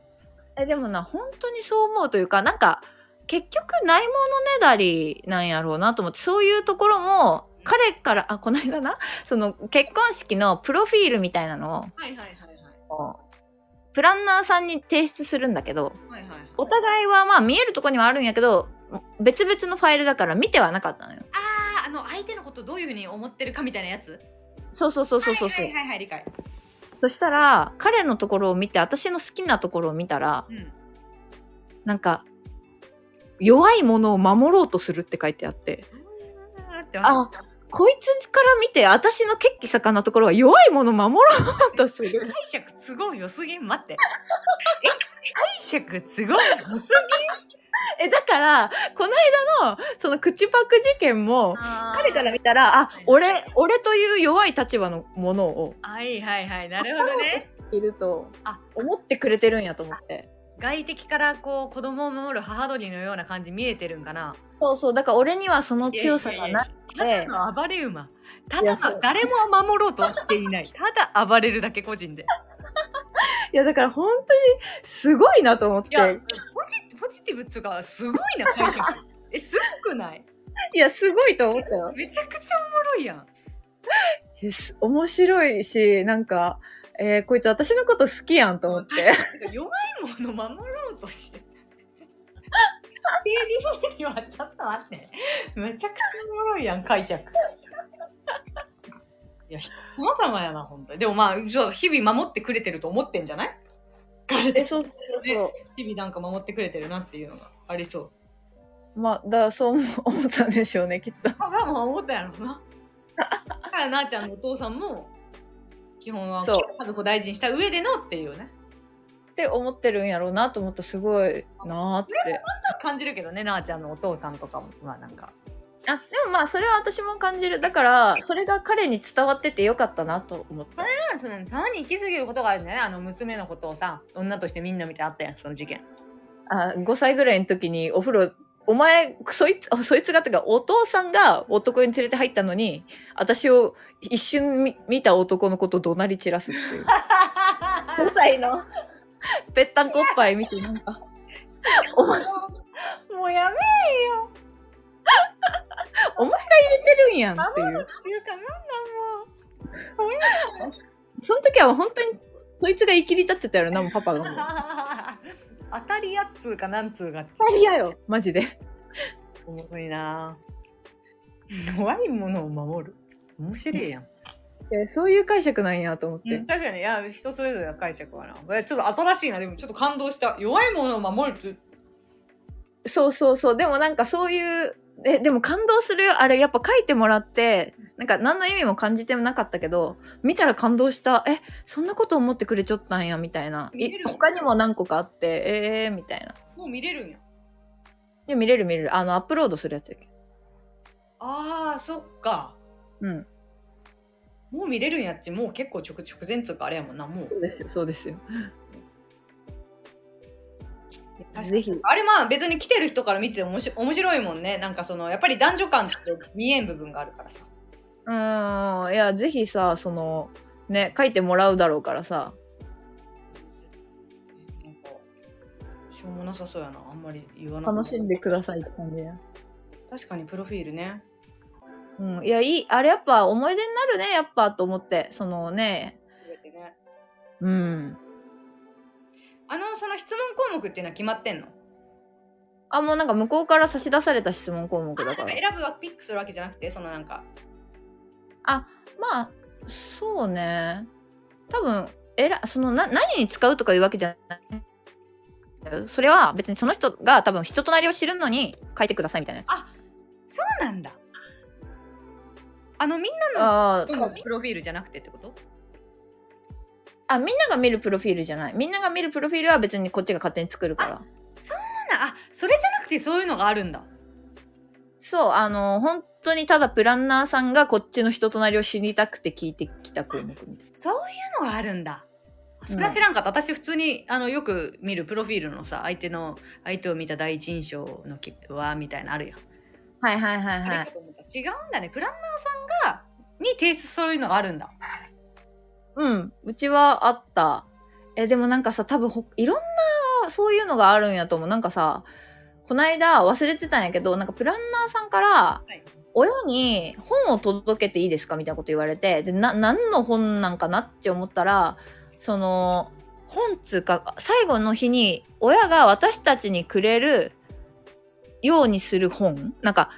Speaker 2: えでもな本当にそう思うというかなんか結局ないものねだりなんやろうなと思ってそういうところも彼からあこの間なその結婚式のプロフィールみたいなの
Speaker 1: はいはいはいはい。
Speaker 2: をこうプランナーさんに提出するんだけど
Speaker 1: はいはい。
Speaker 2: お互いはまあ見えるとこにはあるんやけど別々のファイルだから見てはなかったのよ。
Speaker 1: ああ、あの相手のことどういうふうに思ってるかみたいなやつ。
Speaker 2: そうそうそうそうそうそう、
Speaker 1: はいはいはいはい、理解。
Speaker 2: そしたら彼のところを見て私の好きなところを見たら
Speaker 1: うん。
Speaker 2: なんか弱いものを守ろうとするって書いてあって
Speaker 1: あーって
Speaker 2: あこいつから見て私の血気盛んなところは弱いものを守ろうとす る
Speaker 1: 解釈都合良すぎん 待って。え解釈都合良す
Speaker 2: えだからこの間のその口パク事件
Speaker 1: ぎ
Speaker 2: も
Speaker 1: ん彼
Speaker 2: 彼から見たらあ俺俺という弱い立場のものを
Speaker 1: はいはいはいなるほどね。
Speaker 2: いると
Speaker 1: あ
Speaker 2: 思ってくれてるんやと思って
Speaker 1: 外敵からこう子供を守る母鳥のような感じ見えてるんかな。
Speaker 2: そうそうだから俺にはその強さがない
Speaker 1: ただの暴れ馬。ただの誰も守ろうとはしていない。ただ暴れるだけ個人で。
Speaker 2: いやだから本当にすごいなと思って
Speaker 1: いや、ポジポジティブっつうか、すごいな、解釈。え、すごくない
Speaker 2: いやすごいと思ったよ
Speaker 1: めちゃくちゃおもろいやん。
Speaker 2: です面白いしなんか、えーこいつ私のこと好きやんと思っ
Speaker 1: 確
Speaker 2: て
Speaker 1: かに弱いもの守ろうとして。指にはちょっと待って。めちゃくちゃおもろいやん、解釈。いや、人様やな、本当に。でもまあ、そう日々守ってくれてると思ってんじゃない彼
Speaker 2: え
Speaker 1: で
Speaker 2: そうそうそ
Speaker 1: 日々なんか守ってくれてるなっていうのがありそう。
Speaker 2: うまあだからそう思思ったんでしょうねきっと
Speaker 1: パパも思ったやろな。だからなあちゃんのお父さんも、基本は
Speaker 2: そう
Speaker 1: 家族を大事にした上でのっていうね。
Speaker 2: って思ってるんやろうなと思ったすごいなーって
Speaker 1: 感じるけどね、なあちゃんのお父さんとかはなんか。
Speaker 2: あでもまあそれは私も感じるだからそれが彼に伝わっててよかったなと思った
Speaker 1: そのたまに行き過ぎることがあるんだよねあの娘のことをさ女としてみんな見てあったやんその事件
Speaker 2: あ5歳ぐらいの時にお風呂お前そいつあそいつがってかお父さんが男に連れて入ったのに私を一瞬見見た男のことを怒鳴り散らすっていう5歳のぺったんこっぱい見てなんかお前入
Speaker 1: もうやめ
Speaker 2: れてるんやんっていう
Speaker 1: っていうかなんなんも
Speaker 2: その時は本当にそいつが生きり立っちゃったやろなもうパ パがもう
Speaker 1: う当たりやっつうかなんつうが
Speaker 2: 当たりやよマジで
Speaker 1: おもろいな弱いものを守る面白いやん、
Speaker 2: でそういう解釈なんやと思って、
Speaker 1: 確かにいや人それぞれの解釈はなえちょっと新しいなでもちょっと感動した弱いものを守るって
Speaker 2: そうそうそうでもなんかそういうえでも感動するよあれやっぱ書いてもらってなんか何の意味も感じてもなかったけど見たら感動したえそんなこと思ってくれちょったんやみたいな
Speaker 1: 見
Speaker 2: い
Speaker 1: れる
Speaker 2: 他にも何個かあってええー、みたいな
Speaker 1: もう見れるんや
Speaker 2: で見れる見れるあのアップロードするやつやっけ
Speaker 1: あーそっか
Speaker 2: うん
Speaker 1: もう見れるんやっちもう結構直直前っつうかあれやもんなもう
Speaker 2: そうですよそうですよ
Speaker 1: 確か
Speaker 2: ぜ
Speaker 1: に
Speaker 2: ひ
Speaker 1: あれまあ別に来てる人から見てて面白面白いもんねなんかそのやっぱり男女間って見えん部分があるからさ
Speaker 2: うーんいやぜひさそのね書いてもらうだろうからさ
Speaker 1: なんかしょうもなさそうやなあんまり言わな
Speaker 2: 楽しんでくださいって感じや
Speaker 1: 確かにプロフィールね
Speaker 2: うんいやいいあれやっぱ思い出になるねやっぱと思ってそのね
Speaker 1: 全てね
Speaker 2: うん
Speaker 1: あのその質問項目っていうのは決まってんの
Speaker 2: あ、もうなんか向こうから差し出された質問項目だ
Speaker 1: な
Speaker 2: か。
Speaker 1: んから選ぶはピックするわけじゃなくてそのなんか
Speaker 2: まあ、そうね。多分、えら、そのな、何に使うとかいうわけじゃない。それは別にその人が多分人となりを知るのに書いてくださいみたいなやつ。
Speaker 1: そうなんだあのみん
Speaker 2: あ
Speaker 1: な
Speaker 2: ー
Speaker 1: のプロフィールじゃなくてってこと
Speaker 2: あ、みんなが見るプロフィールじゃない。みんなが見るプロフィールは別にこっちが勝手に作るから。
Speaker 1: そうなんあそれじゃなくてそういうのがあるんだ
Speaker 2: そう、あの、本当にただプランナーさんがこっちの人となりを知りたくて聞いてきた項目みたいな。
Speaker 1: そういうのがあるんだ。それは知らんかった。私普通にあのよく見るプロフィールのさ相手の相手を見た第一印象のきはみたいなのあるやん。
Speaker 2: はいはいはい
Speaker 1: あ
Speaker 2: は
Speaker 1: れ
Speaker 2: い。
Speaker 1: かと思った違うんだね。プランナーさんがに提出そういうのがあるんだ。
Speaker 2: うん、うちはあった。え、でもなんかさ、多分ほいろんなの、そういうのがあるんやと思う。なんかさ、こないだ忘れてたんやけど、なんかプランナーさんから、
Speaker 1: い
Speaker 2: 親に本を届けていいですかみたいなこと言われて、で、な、何の本なんかなって思ったら、その、本っつうか、最後の日に親が私たちにくれるようにする本なんか、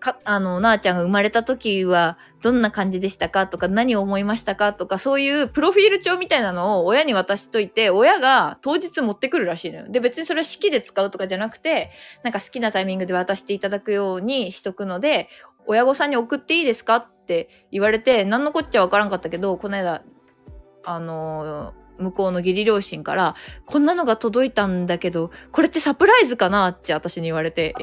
Speaker 2: か、あの、なあちゃんが生まれた時はどんな感じでしたかとか何を思いましたかとかそういうプロフィール帳みたいなのを親に渡しといて親が当日持ってくるらしいのよ。で、別にそれは式で使うとかじゃなくてなんか好きなタイミングで渡していただくようにしとくので親御さんに送っていいですかって言われて何のこっちゃわからんかったけどこの間あの向こうの義理両親からこんなのが届いたんだけど、これってサプライズかなって私に言われて、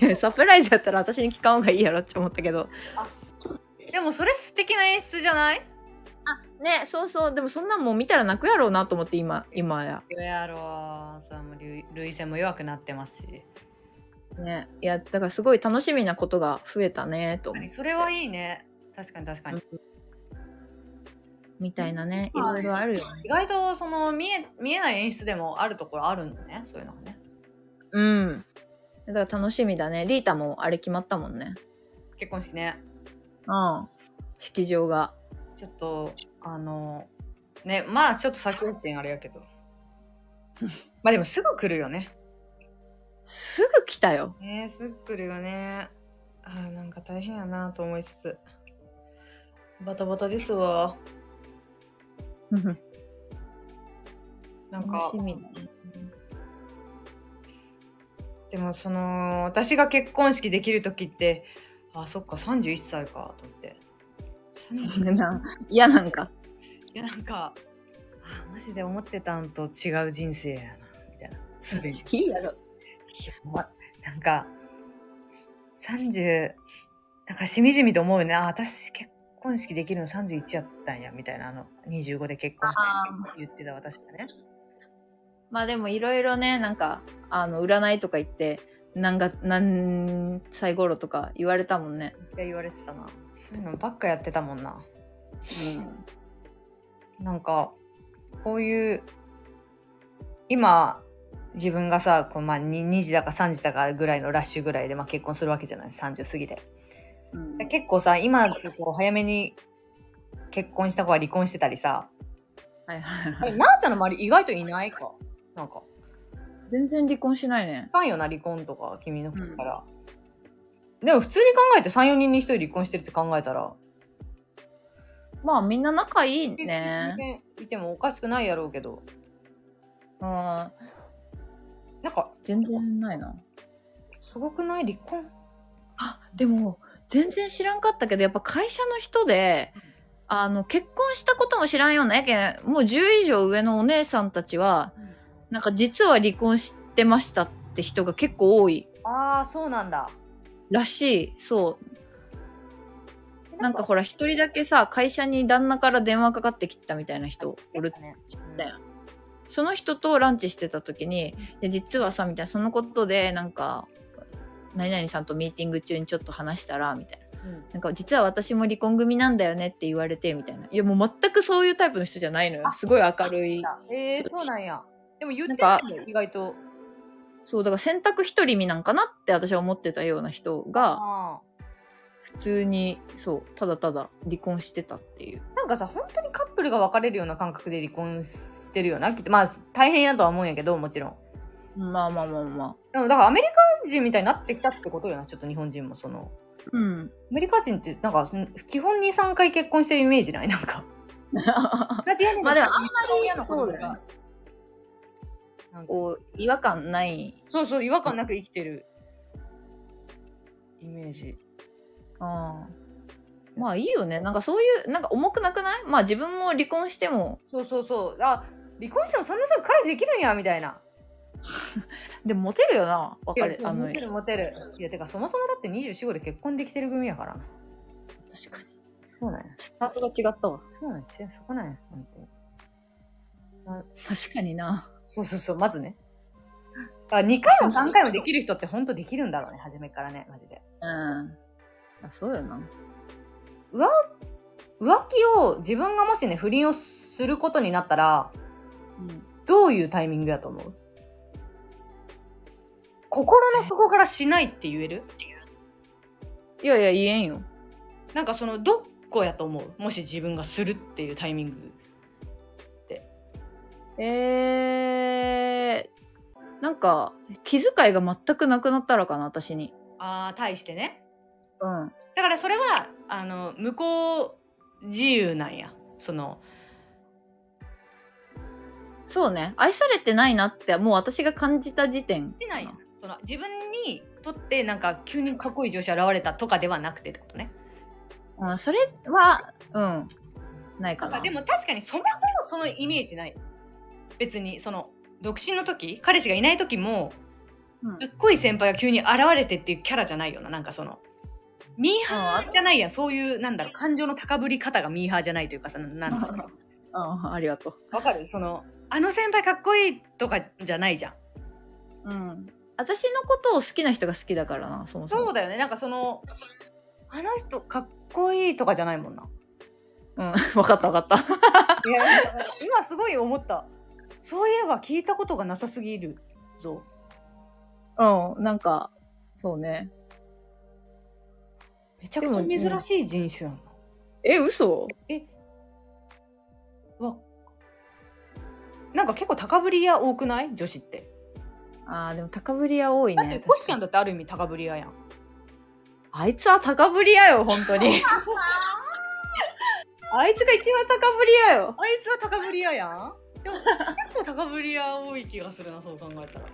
Speaker 2: いやサプライズやったら私に聞かん方がいいやろって思ったけど。
Speaker 1: でもそれ素敵な演出じゃない
Speaker 2: ね、そうそう、でもそんなんもう見たら泣くやろうなと思って今、今や。
Speaker 1: いやろうさもう類類線も弱くなってますし
Speaker 2: ね、いや、だからすごい楽しみなことが増えたね、と思って。
Speaker 1: それはいいね確かに確かに
Speaker 2: みたいなね、い
Speaker 1: まあ
Speaker 2: ろいろあるよね。
Speaker 1: 意外とその見え見えない演出でもあるところあるんだねそういうのがね
Speaker 2: うん。だから楽しみだね。リータもあれ決まったもんね。
Speaker 1: 結婚式ね
Speaker 2: うん。式場が。
Speaker 1: ちょっとあのねまあちょっと先行ってんあれやけ どまあでもすぐ来るよね
Speaker 2: すぐ来たよ。
Speaker 1: ねえすぐ来るよねあーなんか大変やなと思いつつバタバタですわなんか
Speaker 2: 楽しみだね。
Speaker 1: でもその私が結婚式できる時ってあそっか31歳かと思 って31
Speaker 2: な嫌なんか。
Speaker 1: いやなんかあマジで思ってたんと違う人生やなみたいなすでにい
Speaker 2: いいやろ。
Speaker 1: やまなんか30なんかしみじみと思うよねあ私結婚式できるの31やったんやみたいなあの25で結婚したって言ってた私がね
Speaker 2: まあでもいろいろねなんかあの占いとか行って何が何歳頃とか言われたもんね、
Speaker 1: めっちゃ言われてたなそういうのばっかやってたもんななんかこういう今自分がさこう、まあ、2, 2時だか3時だかぐらいのラッシュぐらいで、まあ、結婚するわけじゃない30過ぎて
Speaker 2: うん
Speaker 1: で結構さ今こう早めに結婚した子は離婚してたりさ
Speaker 2: はいはい
Speaker 1: あ
Speaker 2: は
Speaker 1: れ
Speaker 2: い
Speaker 1: なあちゃんの周り意外といないかなんか
Speaker 2: 全然離婚しないね
Speaker 1: いかんよな離婚とか君のことから、でも普通に考えて34人に1人離婚してるって考えたら
Speaker 2: まあみんな仲いいね
Speaker 1: 全然いてもおかしくないやろうけど
Speaker 2: うん
Speaker 1: なんか
Speaker 2: 全然ないな
Speaker 1: すごくない離婚
Speaker 2: あでも全然知らんかったけどやっぱ会社の人であの結婚したことも知らんようなやけんもう10以上上のお姉さんたちは、
Speaker 1: うん
Speaker 2: なんか実は離婚してましたって人が結構多い
Speaker 1: ああそうなんだ
Speaker 2: らしいそうなんかほら一人だけさ会社に旦那から電話かかってきたみたいな人おる
Speaker 1: ね
Speaker 2: だよその人とランチしてた時に「いや実はさ」みたいなそのことでなんか何々さんとミーティング中にちょっと話したらみたいな
Speaker 1: うん
Speaker 2: なんか実は私も離婚組なんだよねって言われてみたいないやもう全くそういうタイプの人じゃないのよ
Speaker 1: あ
Speaker 2: すごい明るい
Speaker 1: えー、そうなんやでも言って
Speaker 2: なんか
Speaker 1: るよ意外と
Speaker 2: そうだから選択一人身なんかなって私は思ってたような人が
Speaker 1: あ
Speaker 2: 普通にそうただただ離婚してたっていう
Speaker 1: ーなんかさ本当にカップルが別れるような感覚で離婚してるよなきっとまあ大変やとは思うんやけどもちろん
Speaker 2: まあまあまあまあ
Speaker 1: でもだからアメリカ人みたいになってきたってことよなちょっと日本人もその
Speaker 2: うん
Speaker 1: アメリカ人ってなんか基本23回結婚してるイメージないなんか同じ屋根の
Speaker 2: まあでもあんまり
Speaker 1: 親の子供が
Speaker 2: そうだよね
Speaker 1: なんか
Speaker 2: こう違和感ない
Speaker 1: そうそう違和感なく生きてるイメージ
Speaker 2: あまあいいよねなんかそういうなんか重くなくないまあ自分も離婚しても
Speaker 1: そうそうそうあ離婚してもそんなすぐ彼氏できるんやみたいな
Speaker 2: でもモテるよなわか
Speaker 1: いや
Speaker 2: る
Speaker 1: そう
Speaker 2: あの
Speaker 1: モテるモテるいやてかそもそもだって24号で結婚できてる組やからな
Speaker 2: 確かに
Speaker 1: そうなんや
Speaker 2: スタートが違ったわ
Speaker 1: そうなんや違うそこなんや本当に
Speaker 2: 確かにな
Speaker 1: そうそうそうまずねあ2回も3回もできる人って本当できるんだろうね初めからねマジで
Speaker 2: うんあそうよな
Speaker 1: 浮気を自分がもしね不倫をすることになったら
Speaker 2: うん
Speaker 1: どういうタイミングやと思う心の底からしないって言える
Speaker 2: いやいや、言えんよ。
Speaker 1: なんかそのどこやと思うもし自分がするっていうタイミング。
Speaker 2: えー、なんか、気遣いが全くなくなったらかな、私に。
Speaker 1: ああ、対してね。
Speaker 2: うん。
Speaker 1: だからそれは、あの、向こう自由なんや。その、
Speaker 2: そうね。愛されてないなって、もう私が感じた時点。
Speaker 1: しないやん。その自分にとってなんか急にかっこいい上司現れたとかではなくてってことね。
Speaker 2: うん、それは、うん。ないか
Speaker 1: さ
Speaker 2: な。
Speaker 1: でも確かにそもそもそのイメージない。別にその、独身の時彼氏がいない時も、
Speaker 2: うん、
Speaker 1: かっこいい先輩が急に現れてっていうキャラじゃないよな。なんかその、ミーハーじゃないやん。そういう、なんだろう、感情の高ぶり方がミーハーじゃないというかさ、ななんだろう。
Speaker 2: うん、ありがとう。
Speaker 1: わかるそのあの先輩かっこいいとかじゃないじゃん
Speaker 2: うん。私のことを好きな人が好きだからな、そもそも。
Speaker 1: そうだよねなんかそのあの人かっこいいとかじゃないもんな
Speaker 2: うん、 分かった分かった。
Speaker 1: いやなんか 今すごい思ったそういえば聞いたことがなさすぎるぞ
Speaker 2: うん、なんか、そうね。
Speaker 1: めちゃくちゃ珍しい人種やん
Speaker 2: え、嘘
Speaker 1: えわなんか結構高ぶり屋多くない女子って
Speaker 2: あー、でも高ぶり屋多い
Speaker 1: だって
Speaker 2: ね。
Speaker 1: コシちゃんだってある意味高ぶり屋やん
Speaker 2: あいつは高ぶり屋よ、本当に。あいつが一番高ぶり屋よ。
Speaker 1: あいつは高ぶり屋や んでも結構高ぶり屋多い気がするなそう考えたら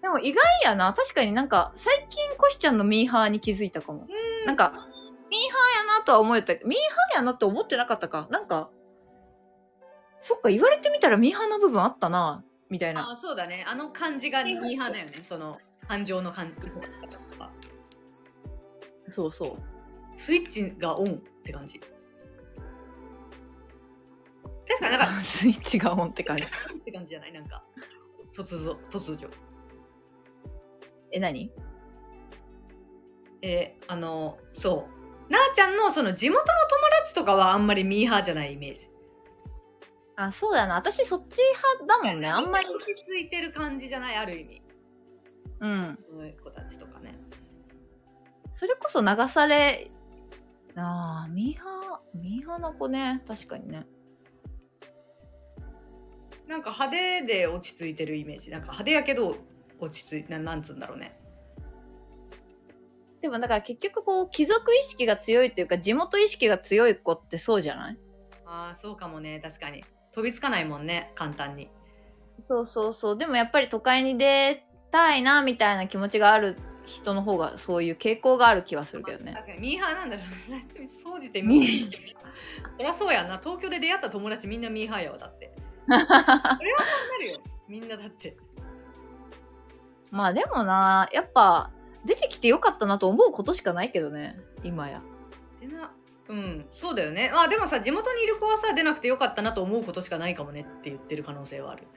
Speaker 2: でも意外やな。確かになんか、最近コシちゃんのミーハーに気づいたかも。なんか、ミーハーやなとは思えたけど、ミーハーやなって思ってなかったか。なんか、そっか、言われてみたらミーハーな部分あったな、みたいな。
Speaker 1: あそうだねあの感じがミーハーだよねその感情の感じ
Speaker 2: そうそう。
Speaker 1: スイッチがオンって感じ確かになんか
Speaker 2: スイッチがオンって感じ。
Speaker 1: って感じじゃないなんか突如突如
Speaker 2: え、何
Speaker 1: えーあのそうなあちゃんのその地元の友達とかはあんまりミーハーじゃないイメージ
Speaker 2: あ、そうだな。私そっち派だもんね。あんまり。
Speaker 1: 落ち着いてる感じじゃないある意味
Speaker 2: うん。
Speaker 1: この子たちとかね
Speaker 2: それこそ流され、ああ、ミーハー、ミーハーな子ね。確かにね。
Speaker 1: なんか派手で落ち着いてるイメージなんか派手やけど落ち着いななんつうんだろうね
Speaker 2: でもだから結局こう、貴族意識が強いというか、地元意識が強い子ってそうじゃない
Speaker 1: ああそうかもね確かに飛びつかないもんね簡単に
Speaker 2: そうそうそう。でもやっぱり都会に出たいな、みたいな気持ちがある人の方が、そういう傾向がある気はするけどね。
Speaker 1: 確かにミーハーなんだろうな総じてミーハーそりゃそうやんな東京で出会った友達みんなミーハーやわだってそれはそうなるよみんなだって
Speaker 2: まあでもな、やっぱ、出てきてよかったなと思うことしかないけどね。今や。
Speaker 1: でなうんそうだよねあでもさ地元にいる子はさ出なくてよかったなと思うことしかないかもねって言ってる可能性はある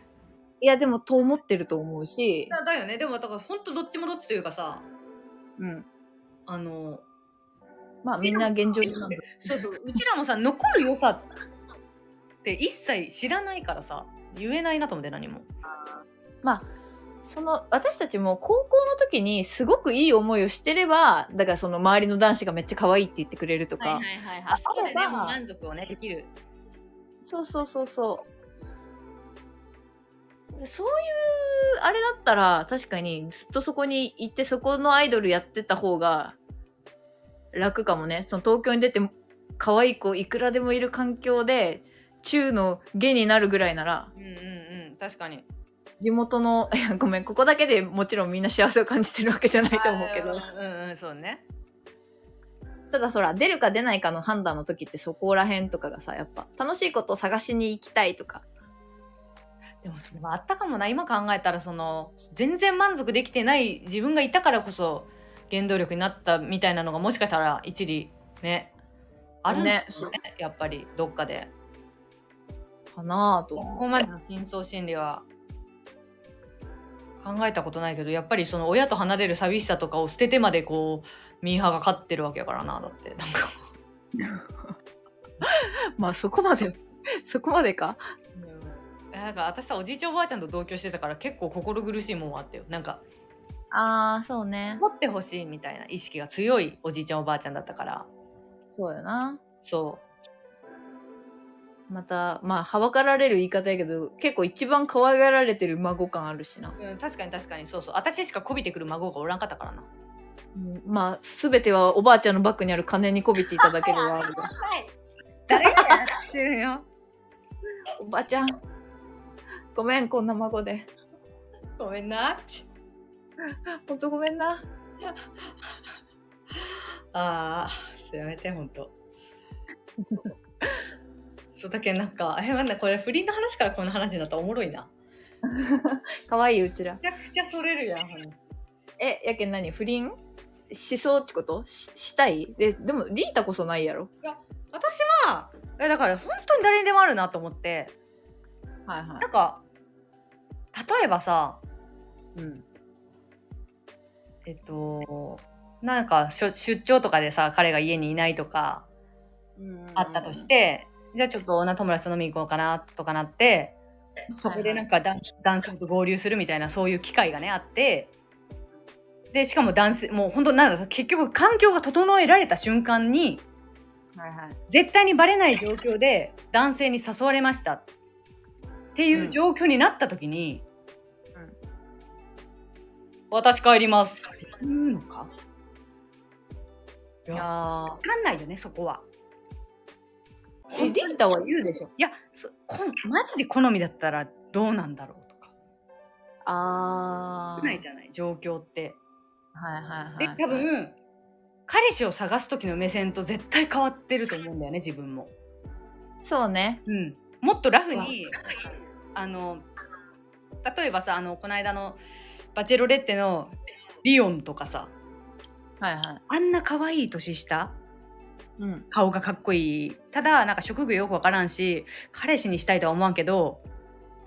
Speaker 2: いや、でも、と思ってると思うし。
Speaker 1: だだよねでもだからほんとどっちもどっちというかさ
Speaker 2: うん。
Speaker 1: あの
Speaker 2: まあ、みんな現状なんだ。
Speaker 1: そうそううちらもさ残る良さって一切知らないからさ言えないなと思って何も
Speaker 2: まあ、その、私たちも高校の時にすごくいい思いをしてれば、だからその周りの男子がめっちゃ可愛いって言ってくれるとか、
Speaker 1: はいはいはいはい。あそこで
Speaker 2: あ
Speaker 1: ね、
Speaker 2: れば
Speaker 1: もう満足をね、できる。
Speaker 2: そうそうそうそう。でそういう、あれだったら、確かにずっとそこに行って、そこのアイドルやってた方が楽かもね。その東京に出て、可愛い子いくらでもいる環境で、中の下になるぐらいなら、
Speaker 1: うんうんうん、確かに。
Speaker 2: 地元の、 いやごめん、ここだけでもちろんみんな幸せを感じてるわけじゃないと思うけ
Speaker 1: う
Speaker 2: ど。
Speaker 1: んうん、そうね。
Speaker 2: ただそら出るか出ないかの判断の時ってそこら辺とかがさやっぱ楽しいことを探しに行きたいとか
Speaker 1: でもそれはあったかもな、今考えたら、その、全然満足できてない自分がいたからこそ、原動力になったみたいなのが、もしかしたら一理、ね、あるんだよね
Speaker 2: ねそう
Speaker 1: やっぱり、どっかで。
Speaker 2: かなぁと
Speaker 1: こ
Speaker 2: 思う
Speaker 1: こまでの深層心理は、考えたことないけど、やっぱりその親と離れる寂しさとかを捨ててまでこう、ミーハーが勝ってるわけやからな、だって。なんか
Speaker 2: まあそこまでそこまでか
Speaker 1: えなんか私さおじいちゃんおばあちゃんと同居してたから結構心苦しいもんはあったよなんか
Speaker 2: ああ、そうね。
Speaker 1: 怒ってほしいみたいな意識が強いおじいちゃんおばあちゃんだったから
Speaker 2: そうよな。
Speaker 1: そ
Speaker 2: また、まあ、はばかられる言い方やけど、結構一番可愛がられてる孫感あるしな。
Speaker 1: う、うん、確かに確かにそうそう私しかこびてくる孫がおらんかったからな
Speaker 2: うんまあ、すべてはおばあちゃんのバッグにある金にこびていただけではあるが
Speaker 1: はい誰がやってるよ
Speaker 2: おばあちゃん、ごめん、こんな孫で。
Speaker 1: ごめんな
Speaker 2: ほんとごめんな。
Speaker 1: ああやめてほんと そうだけどなんかえなんだこれ不倫の話からこんな話になったらおもろいな
Speaker 2: 可愛いうちら。
Speaker 1: めちゃくちゃそれるやん話
Speaker 2: え、やけん何不倫しそうってことししたいで、でも、リータこそないやろ。
Speaker 1: 私はえだから本当に誰にでもあるなと思って
Speaker 2: はいは
Speaker 1: なんか例えばさ
Speaker 2: い。うん。。
Speaker 1: えっとなんかしょ出張とかでさ彼が家にいないとかあったとしてて、じゃあちょっと女友達と飲み行こうかなとかなってそこでなんか男男性と合流するみたいなそういう機会がねあってでしかも男性もう本当なんだ結局環境が整えられた瞬間に
Speaker 2: はいはい。
Speaker 1: 絶対にバレない状況で男性に誘われましたっていう状況になった時に、
Speaker 2: うんうん
Speaker 1: 私帰ります言うのかい
Speaker 2: い
Speaker 1: や
Speaker 2: や
Speaker 1: わ
Speaker 2: ー
Speaker 1: かんないよねそこは
Speaker 2: え、リータは言うでしょ。
Speaker 1: いやそこマジで好みだったらどうなんだろうとかわ
Speaker 2: あ
Speaker 1: か
Speaker 2: ー。
Speaker 1: んないじゃない状況って
Speaker 2: はいはい
Speaker 1: で
Speaker 2: はい。
Speaker 1: 多分彼氏を探す時の目線と絶対変わってると思うんだよね自分も
Speaker 2: そうね。
Speaker 1: うん、もっとラフにあの例えばさあのこの間の「バチェロレッテ」のリオンとかさ
Speaker 2: はいはい。
Speaker 1: あんな可愛い年下
Speaker 2: うん。
Speaker 1: 顔がかっこいいただなんか職業よくわからんし彼氏にしたいとは思わんけど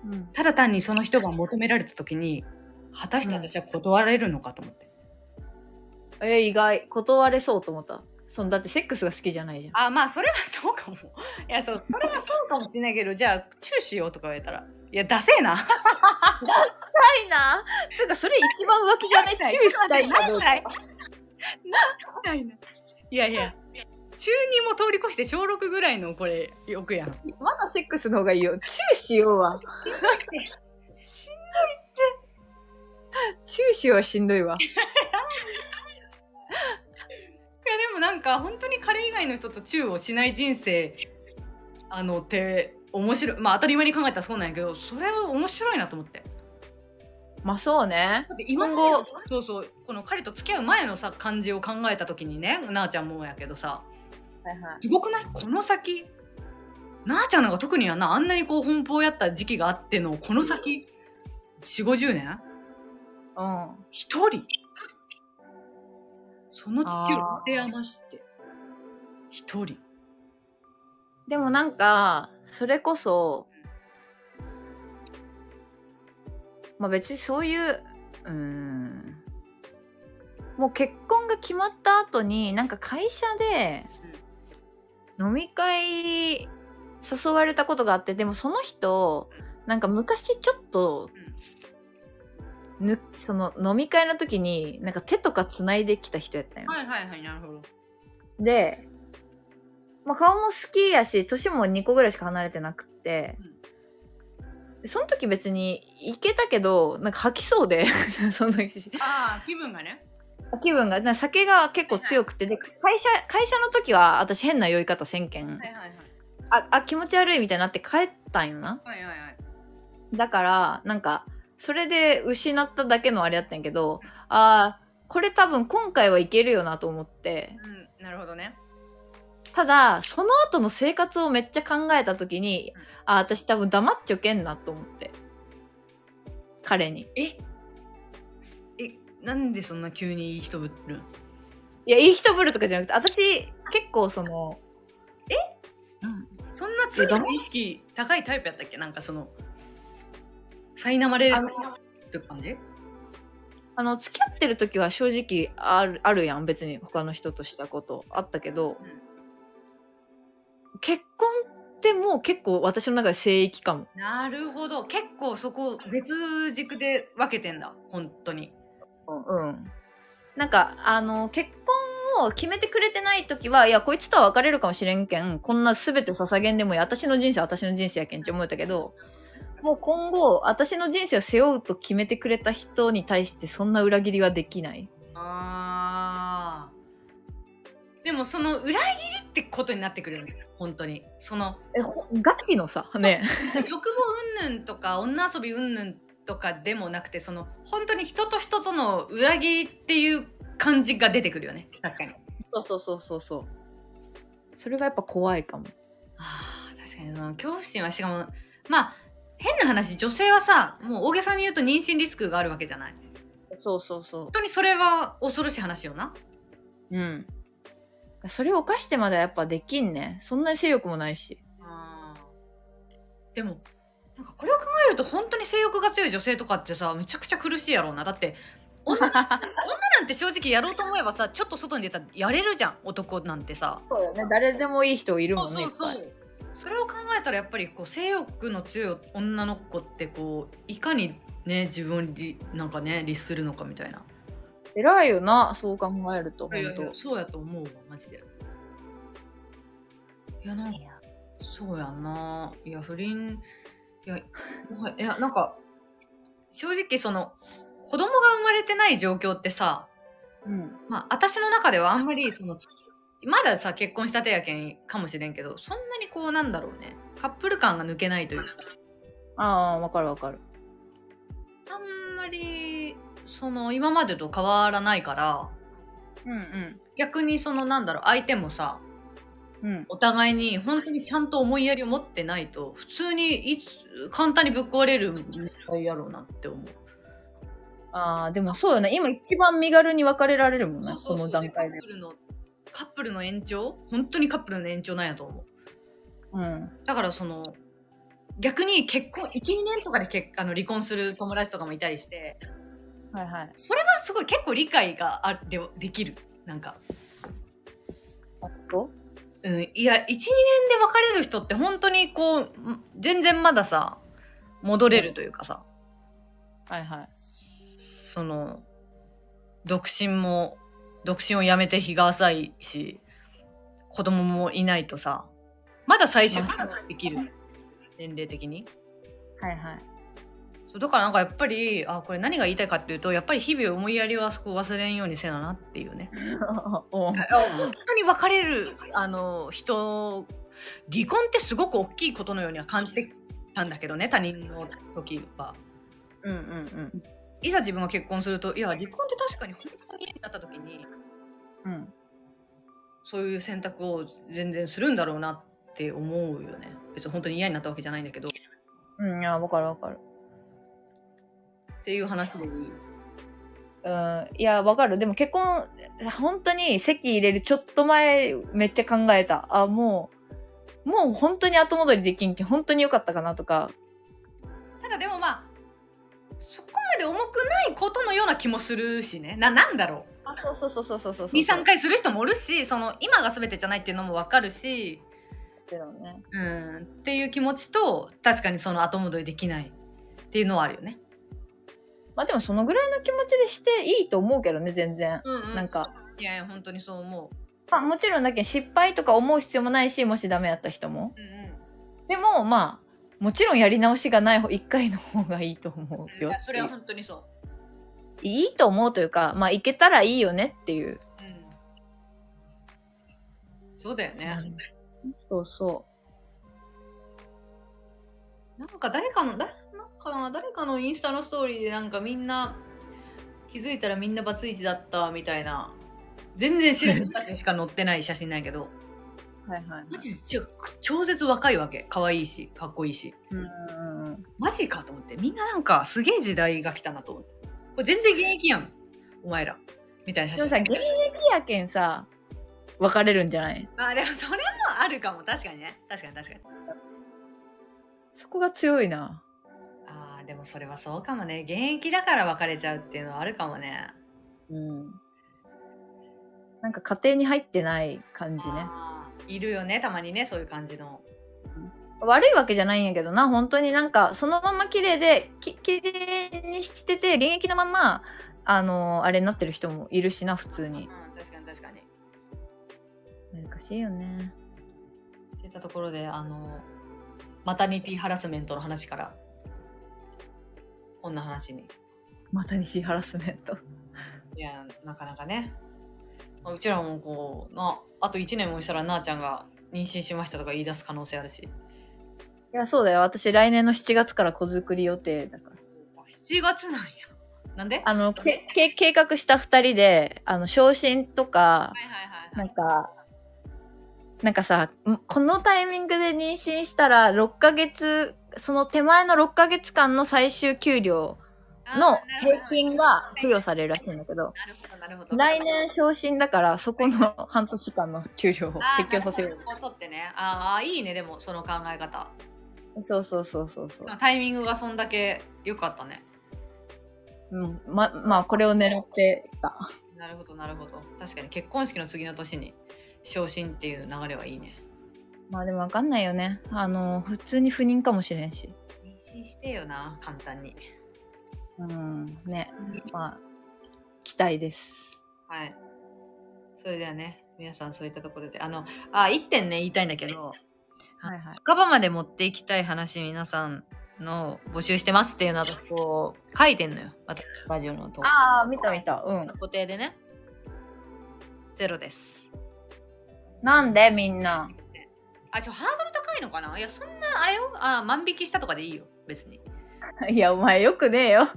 Speaker 2: うん、
Speaker 1: ただ単にその人が求められた時に果たして私は断られるのかと思って、
Speaker 2: え、意外。断れそうと思った。そのだってセックスが好きじゃないじゃん。
Speaker 1: あまあそれはそうかもいやそうそれはそうかもしれないけどじゃあチューしようとか言われたらいやダセえな
Speaker 2: ないな。つうか、それ一番浮気じゃ ない。注意したいかどうか。
Speaker 1: いやいや中二も通り越して小6ぐらいのこれよく やん
Speaker 2: まだセックスの方がいいよ。チューしようは。
Speaker 1: し
Speaker 2: チューしようはしんどいわ。
Speaker 1: いやでもなんか本当に彼以外の人とチューをしない人生あのって面白いまあ当たり前に考えたらそうなんやけどそれは面白いなと思って
Speaker 2: まあそうね。
Speaker 1: だって今
Speaker 2: 今
Speaker 1: 後
Speaker 2: 後
Speaker 1: そうそうこの彼と付き合う前のさ感じを考えた時にねなあちゃんもやけどさ
Speaker 2: はいはい。
Speaker 1: すごくないこの先なあちゃんなんか特にはなあんなにこう奔放やった時期があってのこの先4 5 0年
Speaker 2: うん。
Speaker 1: 一人その父を持て余して一人
Speaker 2: でもなんか、それこそ、まあ別にそういう、うーん。もう結婚が決まった後に、なんか会社で飲み会誘われたことがあって、でもその人、なんか昔ちょっと、ぬその飲み会の時になんか手とかつないできた人やったんよ。
Speaker 1: はいはいはいなるほど
Speaker 2: で、まあ、顔も好きやし年も2個ぐらいしか離れてなくって、でその時別に行けたけどなんか吐きそうで その時
Speaker 1: ああ気分がね
Speaker 2: 気分がなんか酒が結構強くてで会社会社の時は私変な酔い方せんけん、
Speaker 1: はいはい
Speaker 2: ああ気持ち悪いみたいになって帰ったんよな
Speaker 1: はいはいはいはい
Speaker 2: だからなんかそれで失っただけのあれやったんやけどああこれ多分今回はいけるよなと思って
Speaker 1: うんなるほどね
Speaker 2: ただその後の生活をめっちゃ考えた時に、
Speaker 1: うん
Speaker 2: あ私多分黙っちょけんなと思って彼に
Speaker 1: ええなんでそんな急にいい人ぶるん
Speaker 2: いやいい人ぶるとかじゃなくて私結構その
Speaker 1: そんな罪の意識高いタイプやったっけなんかその苛まれる
Speaker 2: あの
Speaker 1: って感じ
Speaker 2: あの付き合ってる時は正直あるあるやん別に他の人としたことあったけど、
Speaker 1: うん
Speaker 2: 結婚ってもも結構私の中で聖域かも。
Speaker 1: なるほど結構そこ別軸で分けてんだ本当に
Speaker 2: うん。なんか、あの、結婚を決めてくれてない時は、いや、こいつとは別れるかもしれんけん、こんな全て捧げんでもいい。私の人生は私の人生やけんって思えたけど、もう今後、私の人生を背負うと決めてくれた人に対して、そんな裏切りはできない。
Speaker 1: あーでもその裏切りってことになってくるよね本当にその
Speaker 2: え、ほガチのさ、ね。
Speaker 1: 欲望云々とか女遊び云々とかでもなくてその本当に人と人との裏切りっていう感じが出てくるよね確かに
Speaker 2: そうそうそうそうそう。それがやっぱ怖いかも。
Speaker 1: あー確かにその恐怖心はしかもまあ変な話女性はさもう大げさに言うと妊娠リスクがあるわけじゃない本
Speaker 2: そうそうそ
Speaker 1: 当にそれは恐ろしい話よな
Speaker 2: う。うん。それを犯してまではやっぱできんね。そんなに性欲もないし。
Speaker 1: でもなんかこれを考えると本当に性欲が強い女性とかってさめちゃくちゃ苦しいやろうなだって女女なんて正直やろうと思えばさちょっと外に出たらやれるじゃん男なんてさ
Speaker 2: そうよね。誰でもいい人いる
Speaker 1: そ
Speaker 2: も
Speaker 1: うん
Speaker 2: ね。
Speaker 1: そうそ
Speaker 2: いっぱいう
Speaker 1: それを考えたらやっぱりこう性欲の強い女の子ってこういかにね自分をりなんかね律するのかみたいな
Speaker 2: 偉いよな、そう考えると、
Speaker 1: いや
Speaker 2: 本
Speaker 1: いや
Speaker 2: 当。
Speaker 1: そうやと思うわマジでいやなんかそうやないや不倫いやいやなんか正直その子供が生まれてない状況ってさ
Speaker 2: うん。
Speaker 1: まあ私の中ではあんまりそのまださ結婚したてやけんかもしれんけどそんなにこうなんだろうねカップル感が抜けないというか
Speaker 2: ああ、わかるわかる。
Speaker 1: あんまりその今までと変わらないから
Speaker 2: うんうん。
Speaker 1: 逆にそのなんだろう相手もさ
Speaker 2: うん。
Speaker 1: お互いに本当にちゃんと思いやりを持ってないと普通にいつ簡単にぶっ壊れるみたいやろうなって思う。
Speaker 2: ああ、でもそうよね。今一番身軽に別れられるもんね。
Speaker 1: そうそう
Speaker 2: こ
Speaker 1: そう
Speaker 2: の段階で
Speaker 1: カッ。プルのカップルの延長本当にカップルの延長なんやと思う。
Speaker 2: うん。
Speaker 1: だからその逆に結婚12年とかで結あの離婚する友達とかもいたりして
Speaker 2: はいはい。
Speaker 1: それはすごい結構理解があでできるなんか、
Speaker 2: あと
Speaker 1: うん、いや12年で別れる人って本当にこうん全然まださ戻れるというかさ、
Speaker 2: はいはい。
Speaker 1: その独身も独身をやめて日が浅いし子供もいないとさまだ最終
Speaker 2: ま
Speaker 1: できる年齢的に
Speaker 2: はいはい。
Speaker 1: そうだからなんかやっぱりあこれ何が言いたいかっていうとやっぱり日々思いやりはそこ忘れんようにせななっていうね
Speaker 2: おう
Speaker 1: 本当に別れるあの人離婚ってすごく大きいことのようには感じてたんだけどね他人の時は。
Speaker 2: うんうんうん。
Speaker 1: いざ自分が結婚するといや離婚って確かに本当に家になった時に
Speaker 2: うん。
Speaker 1: そういう選択を全然するんだろうなって思うよね別に本当に嫌になったわけじゃないんだけどっ
Speaker 2: うん、いや、わかるわかる。
Speaker 1: ていう話で
Speaker 2: うん、いや、わかる。でも結婚、本当に籍入れるちょっと前、めっちゃ考えた。あ、もう、もう本当に後戻りできんけん、本当に良かったかなとか。
Speaker 1: ただでもまあそこまで重くないことのような気もするしねななんだろ
Speaker 2: あ、そうそうそうそうそうそう
Speaker 1: う23回する人もおるしその今が全てじゃないっていうのも分かるし
Speaker 2: ね。
Speaker 1: うんっていう気持ちと確かにその後戻りできないっていうのはあるよね。
Speaker 2: まあでもそのぐらいの気持ちでしていいと思うけどね、全然。
Speaker 1: うん
Speaker 2: なんか、
Speaker 1: いやいや本当にそう思
Speaker 2: まあもちろんだけど失敗とか思う必要もないし、もしダメやった人も。
Speaker 1: う。うんうん
Speaker 2: でも、まあ、もちろんやり直しがない方、一回の方がいいと思うよ
Speaker 1: いや
Speaker 2: って
Speaker 1: そ
Speaker 2: い
Speaker 1: れ
Speaker 2: う
Speaker 1: は本当にそ
Speaker 2: いいと思うというか、まあ、いけたらいいよねっていう。
Speaker 1: う。うん、そうだよね。
Speaker 2: そうそう。
Speaker 1: なんか誰かのだなんか誰かのインスタのストーリーでなんかみんな気づいたらみんなバツイチだったみたいな全然知らない人たちしか載ってない写真なんやけど
Speaker 2: はいはい、はい
Speaker 1: マジでちょ超絶若いわけ可愛いしかっこいいし
Speaker 2: うんうんうん
Speaker 1: マジかと思ってみんななんかすげえ時代が来たなと思ってこれ全然現役やんお前らみたいな
Speaker 2: で
Speaker 1: 写
Speaker 2: もさ
Speaker 1: 真
Speaker 2: 現役やけんさ別れるんじゃない
Speaker 1: まあでもそれもあるかも確かにね確かに確かに
Speaker 2: そこが強いな
Speaker 1: あーでもそれはそうかもね現役だから別れちゃうっていうのはあるかもね
Speaker 2: うんなんか家庭に入ってない感じね
Speaker 1: あーいるよねたまにねそういう感じの
Speaker 2: 悪いわけじゃないんやけどな本当になんかそのまま綺麗でき綺麗にしてて現役のままあのあれになってる人もいるしな普通に
Speaker 1: うん、確かに確かに。
Speaker 2: 難しいよね
Speaker 1: って言ったところで、あの、マタニティハラスメントの話から、こんな話に。
Speaker 2: また西ハラスメント
Speaker 1: いや、なかなかね。まあうちらもこう、な、あと1年もしたらなあちゃんが妊娠しましたとか言い出す可能性あるし。
Speaker 2: いやそうだよ私来年の7月から子作り予定だから
Speaker 1: 7月なんや。なんで
Speaker 2: あのけけ計画した2人であの昇進とか
Speaker 1: いはい
Speaker 2: なんか、なんかさ、んこのタイミングで妊娠したら、6ヶ月、その手前の6ヶ月間の最終給料の平均が付与されるらしいんだけ
Speaker 1: な
Speaker 2: ど、
Speaker 1: るほど、なるほど。
Speaker 2: 来年昇進だから、そこの半年間の給料を
Speaker 1: あー、
Speaker 2: 適用させる
Speaker 1: な。ほどそう取ってね。あーあー、いいね、でも、その考え方。
Speaker 2: そうそうそうそうそう。
Speaker 1: タイミングがそんだけ良かったね。
Speaker 2: うん、ま、まあ、これを狙ってた。
Speaker 1: なるほど、なるほど。確かに結婚式の次の年に昇進っていう流れはいいね。
Speaker 2: まあでもわかんないよね。あの、普通に不妊かもしれんし。
Speaker 1: 妊娠してよな、簡単に。
Speaker 2: うん、ね。まあ、期待です。
Speaker 1: はい。それではね、皆さんそういったところで。あの、あ、一点ね、言いたいんだけど、
Speaker 2: はいはい。
Speaker 1: 墓場まで持っていきたい話、皆さんの募集してますっていうのは、こう、書いてんのよ。私のラジオのとこ。
Speaker 2: ああ、見た見た。うん。
Speaker 1: 固定でね。ゼロです。
Speaker 2: なんでみんな。
Speaker 1: あ、ちょ、ハードル高いのかないや、そんな、あれよ。あ、万引きしたとかでいいよ。別に。
Speaker 2: いや、お前よくねえよ。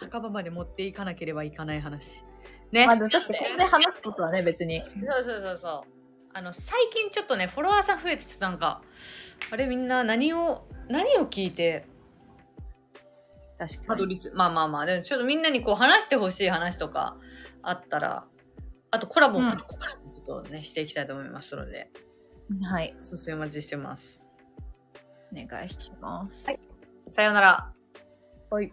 Speaker 1: 墓場まで持っていかなければいかない話。ね。
Speaker 2: まあ、でも確かにここで話すことはね、別に。
Speaker 1: そうそうそうそう。あの最近ちょっとねフォロワーさん増えてちょっとなんかあれみんな何を何を聞いて
Speaker 2: 確
Speaker 1: た
Speaker 2: か
Speaker 1: ど
Speaker 2: に。
Speaker 1: りつまあまあまあでもちょっとみんなにこう話してほしい話とかあったらあとコラボも、
Speaker 2: うん
Speaker 1: コラボもちょっとねしていきたいと思いますので
Speaker 2: はい。
Speaker 1: おすお待ちしてます。
Speaker 2: お願いします。
Speaker 1: はいさようなら。
Speaker 2: はい。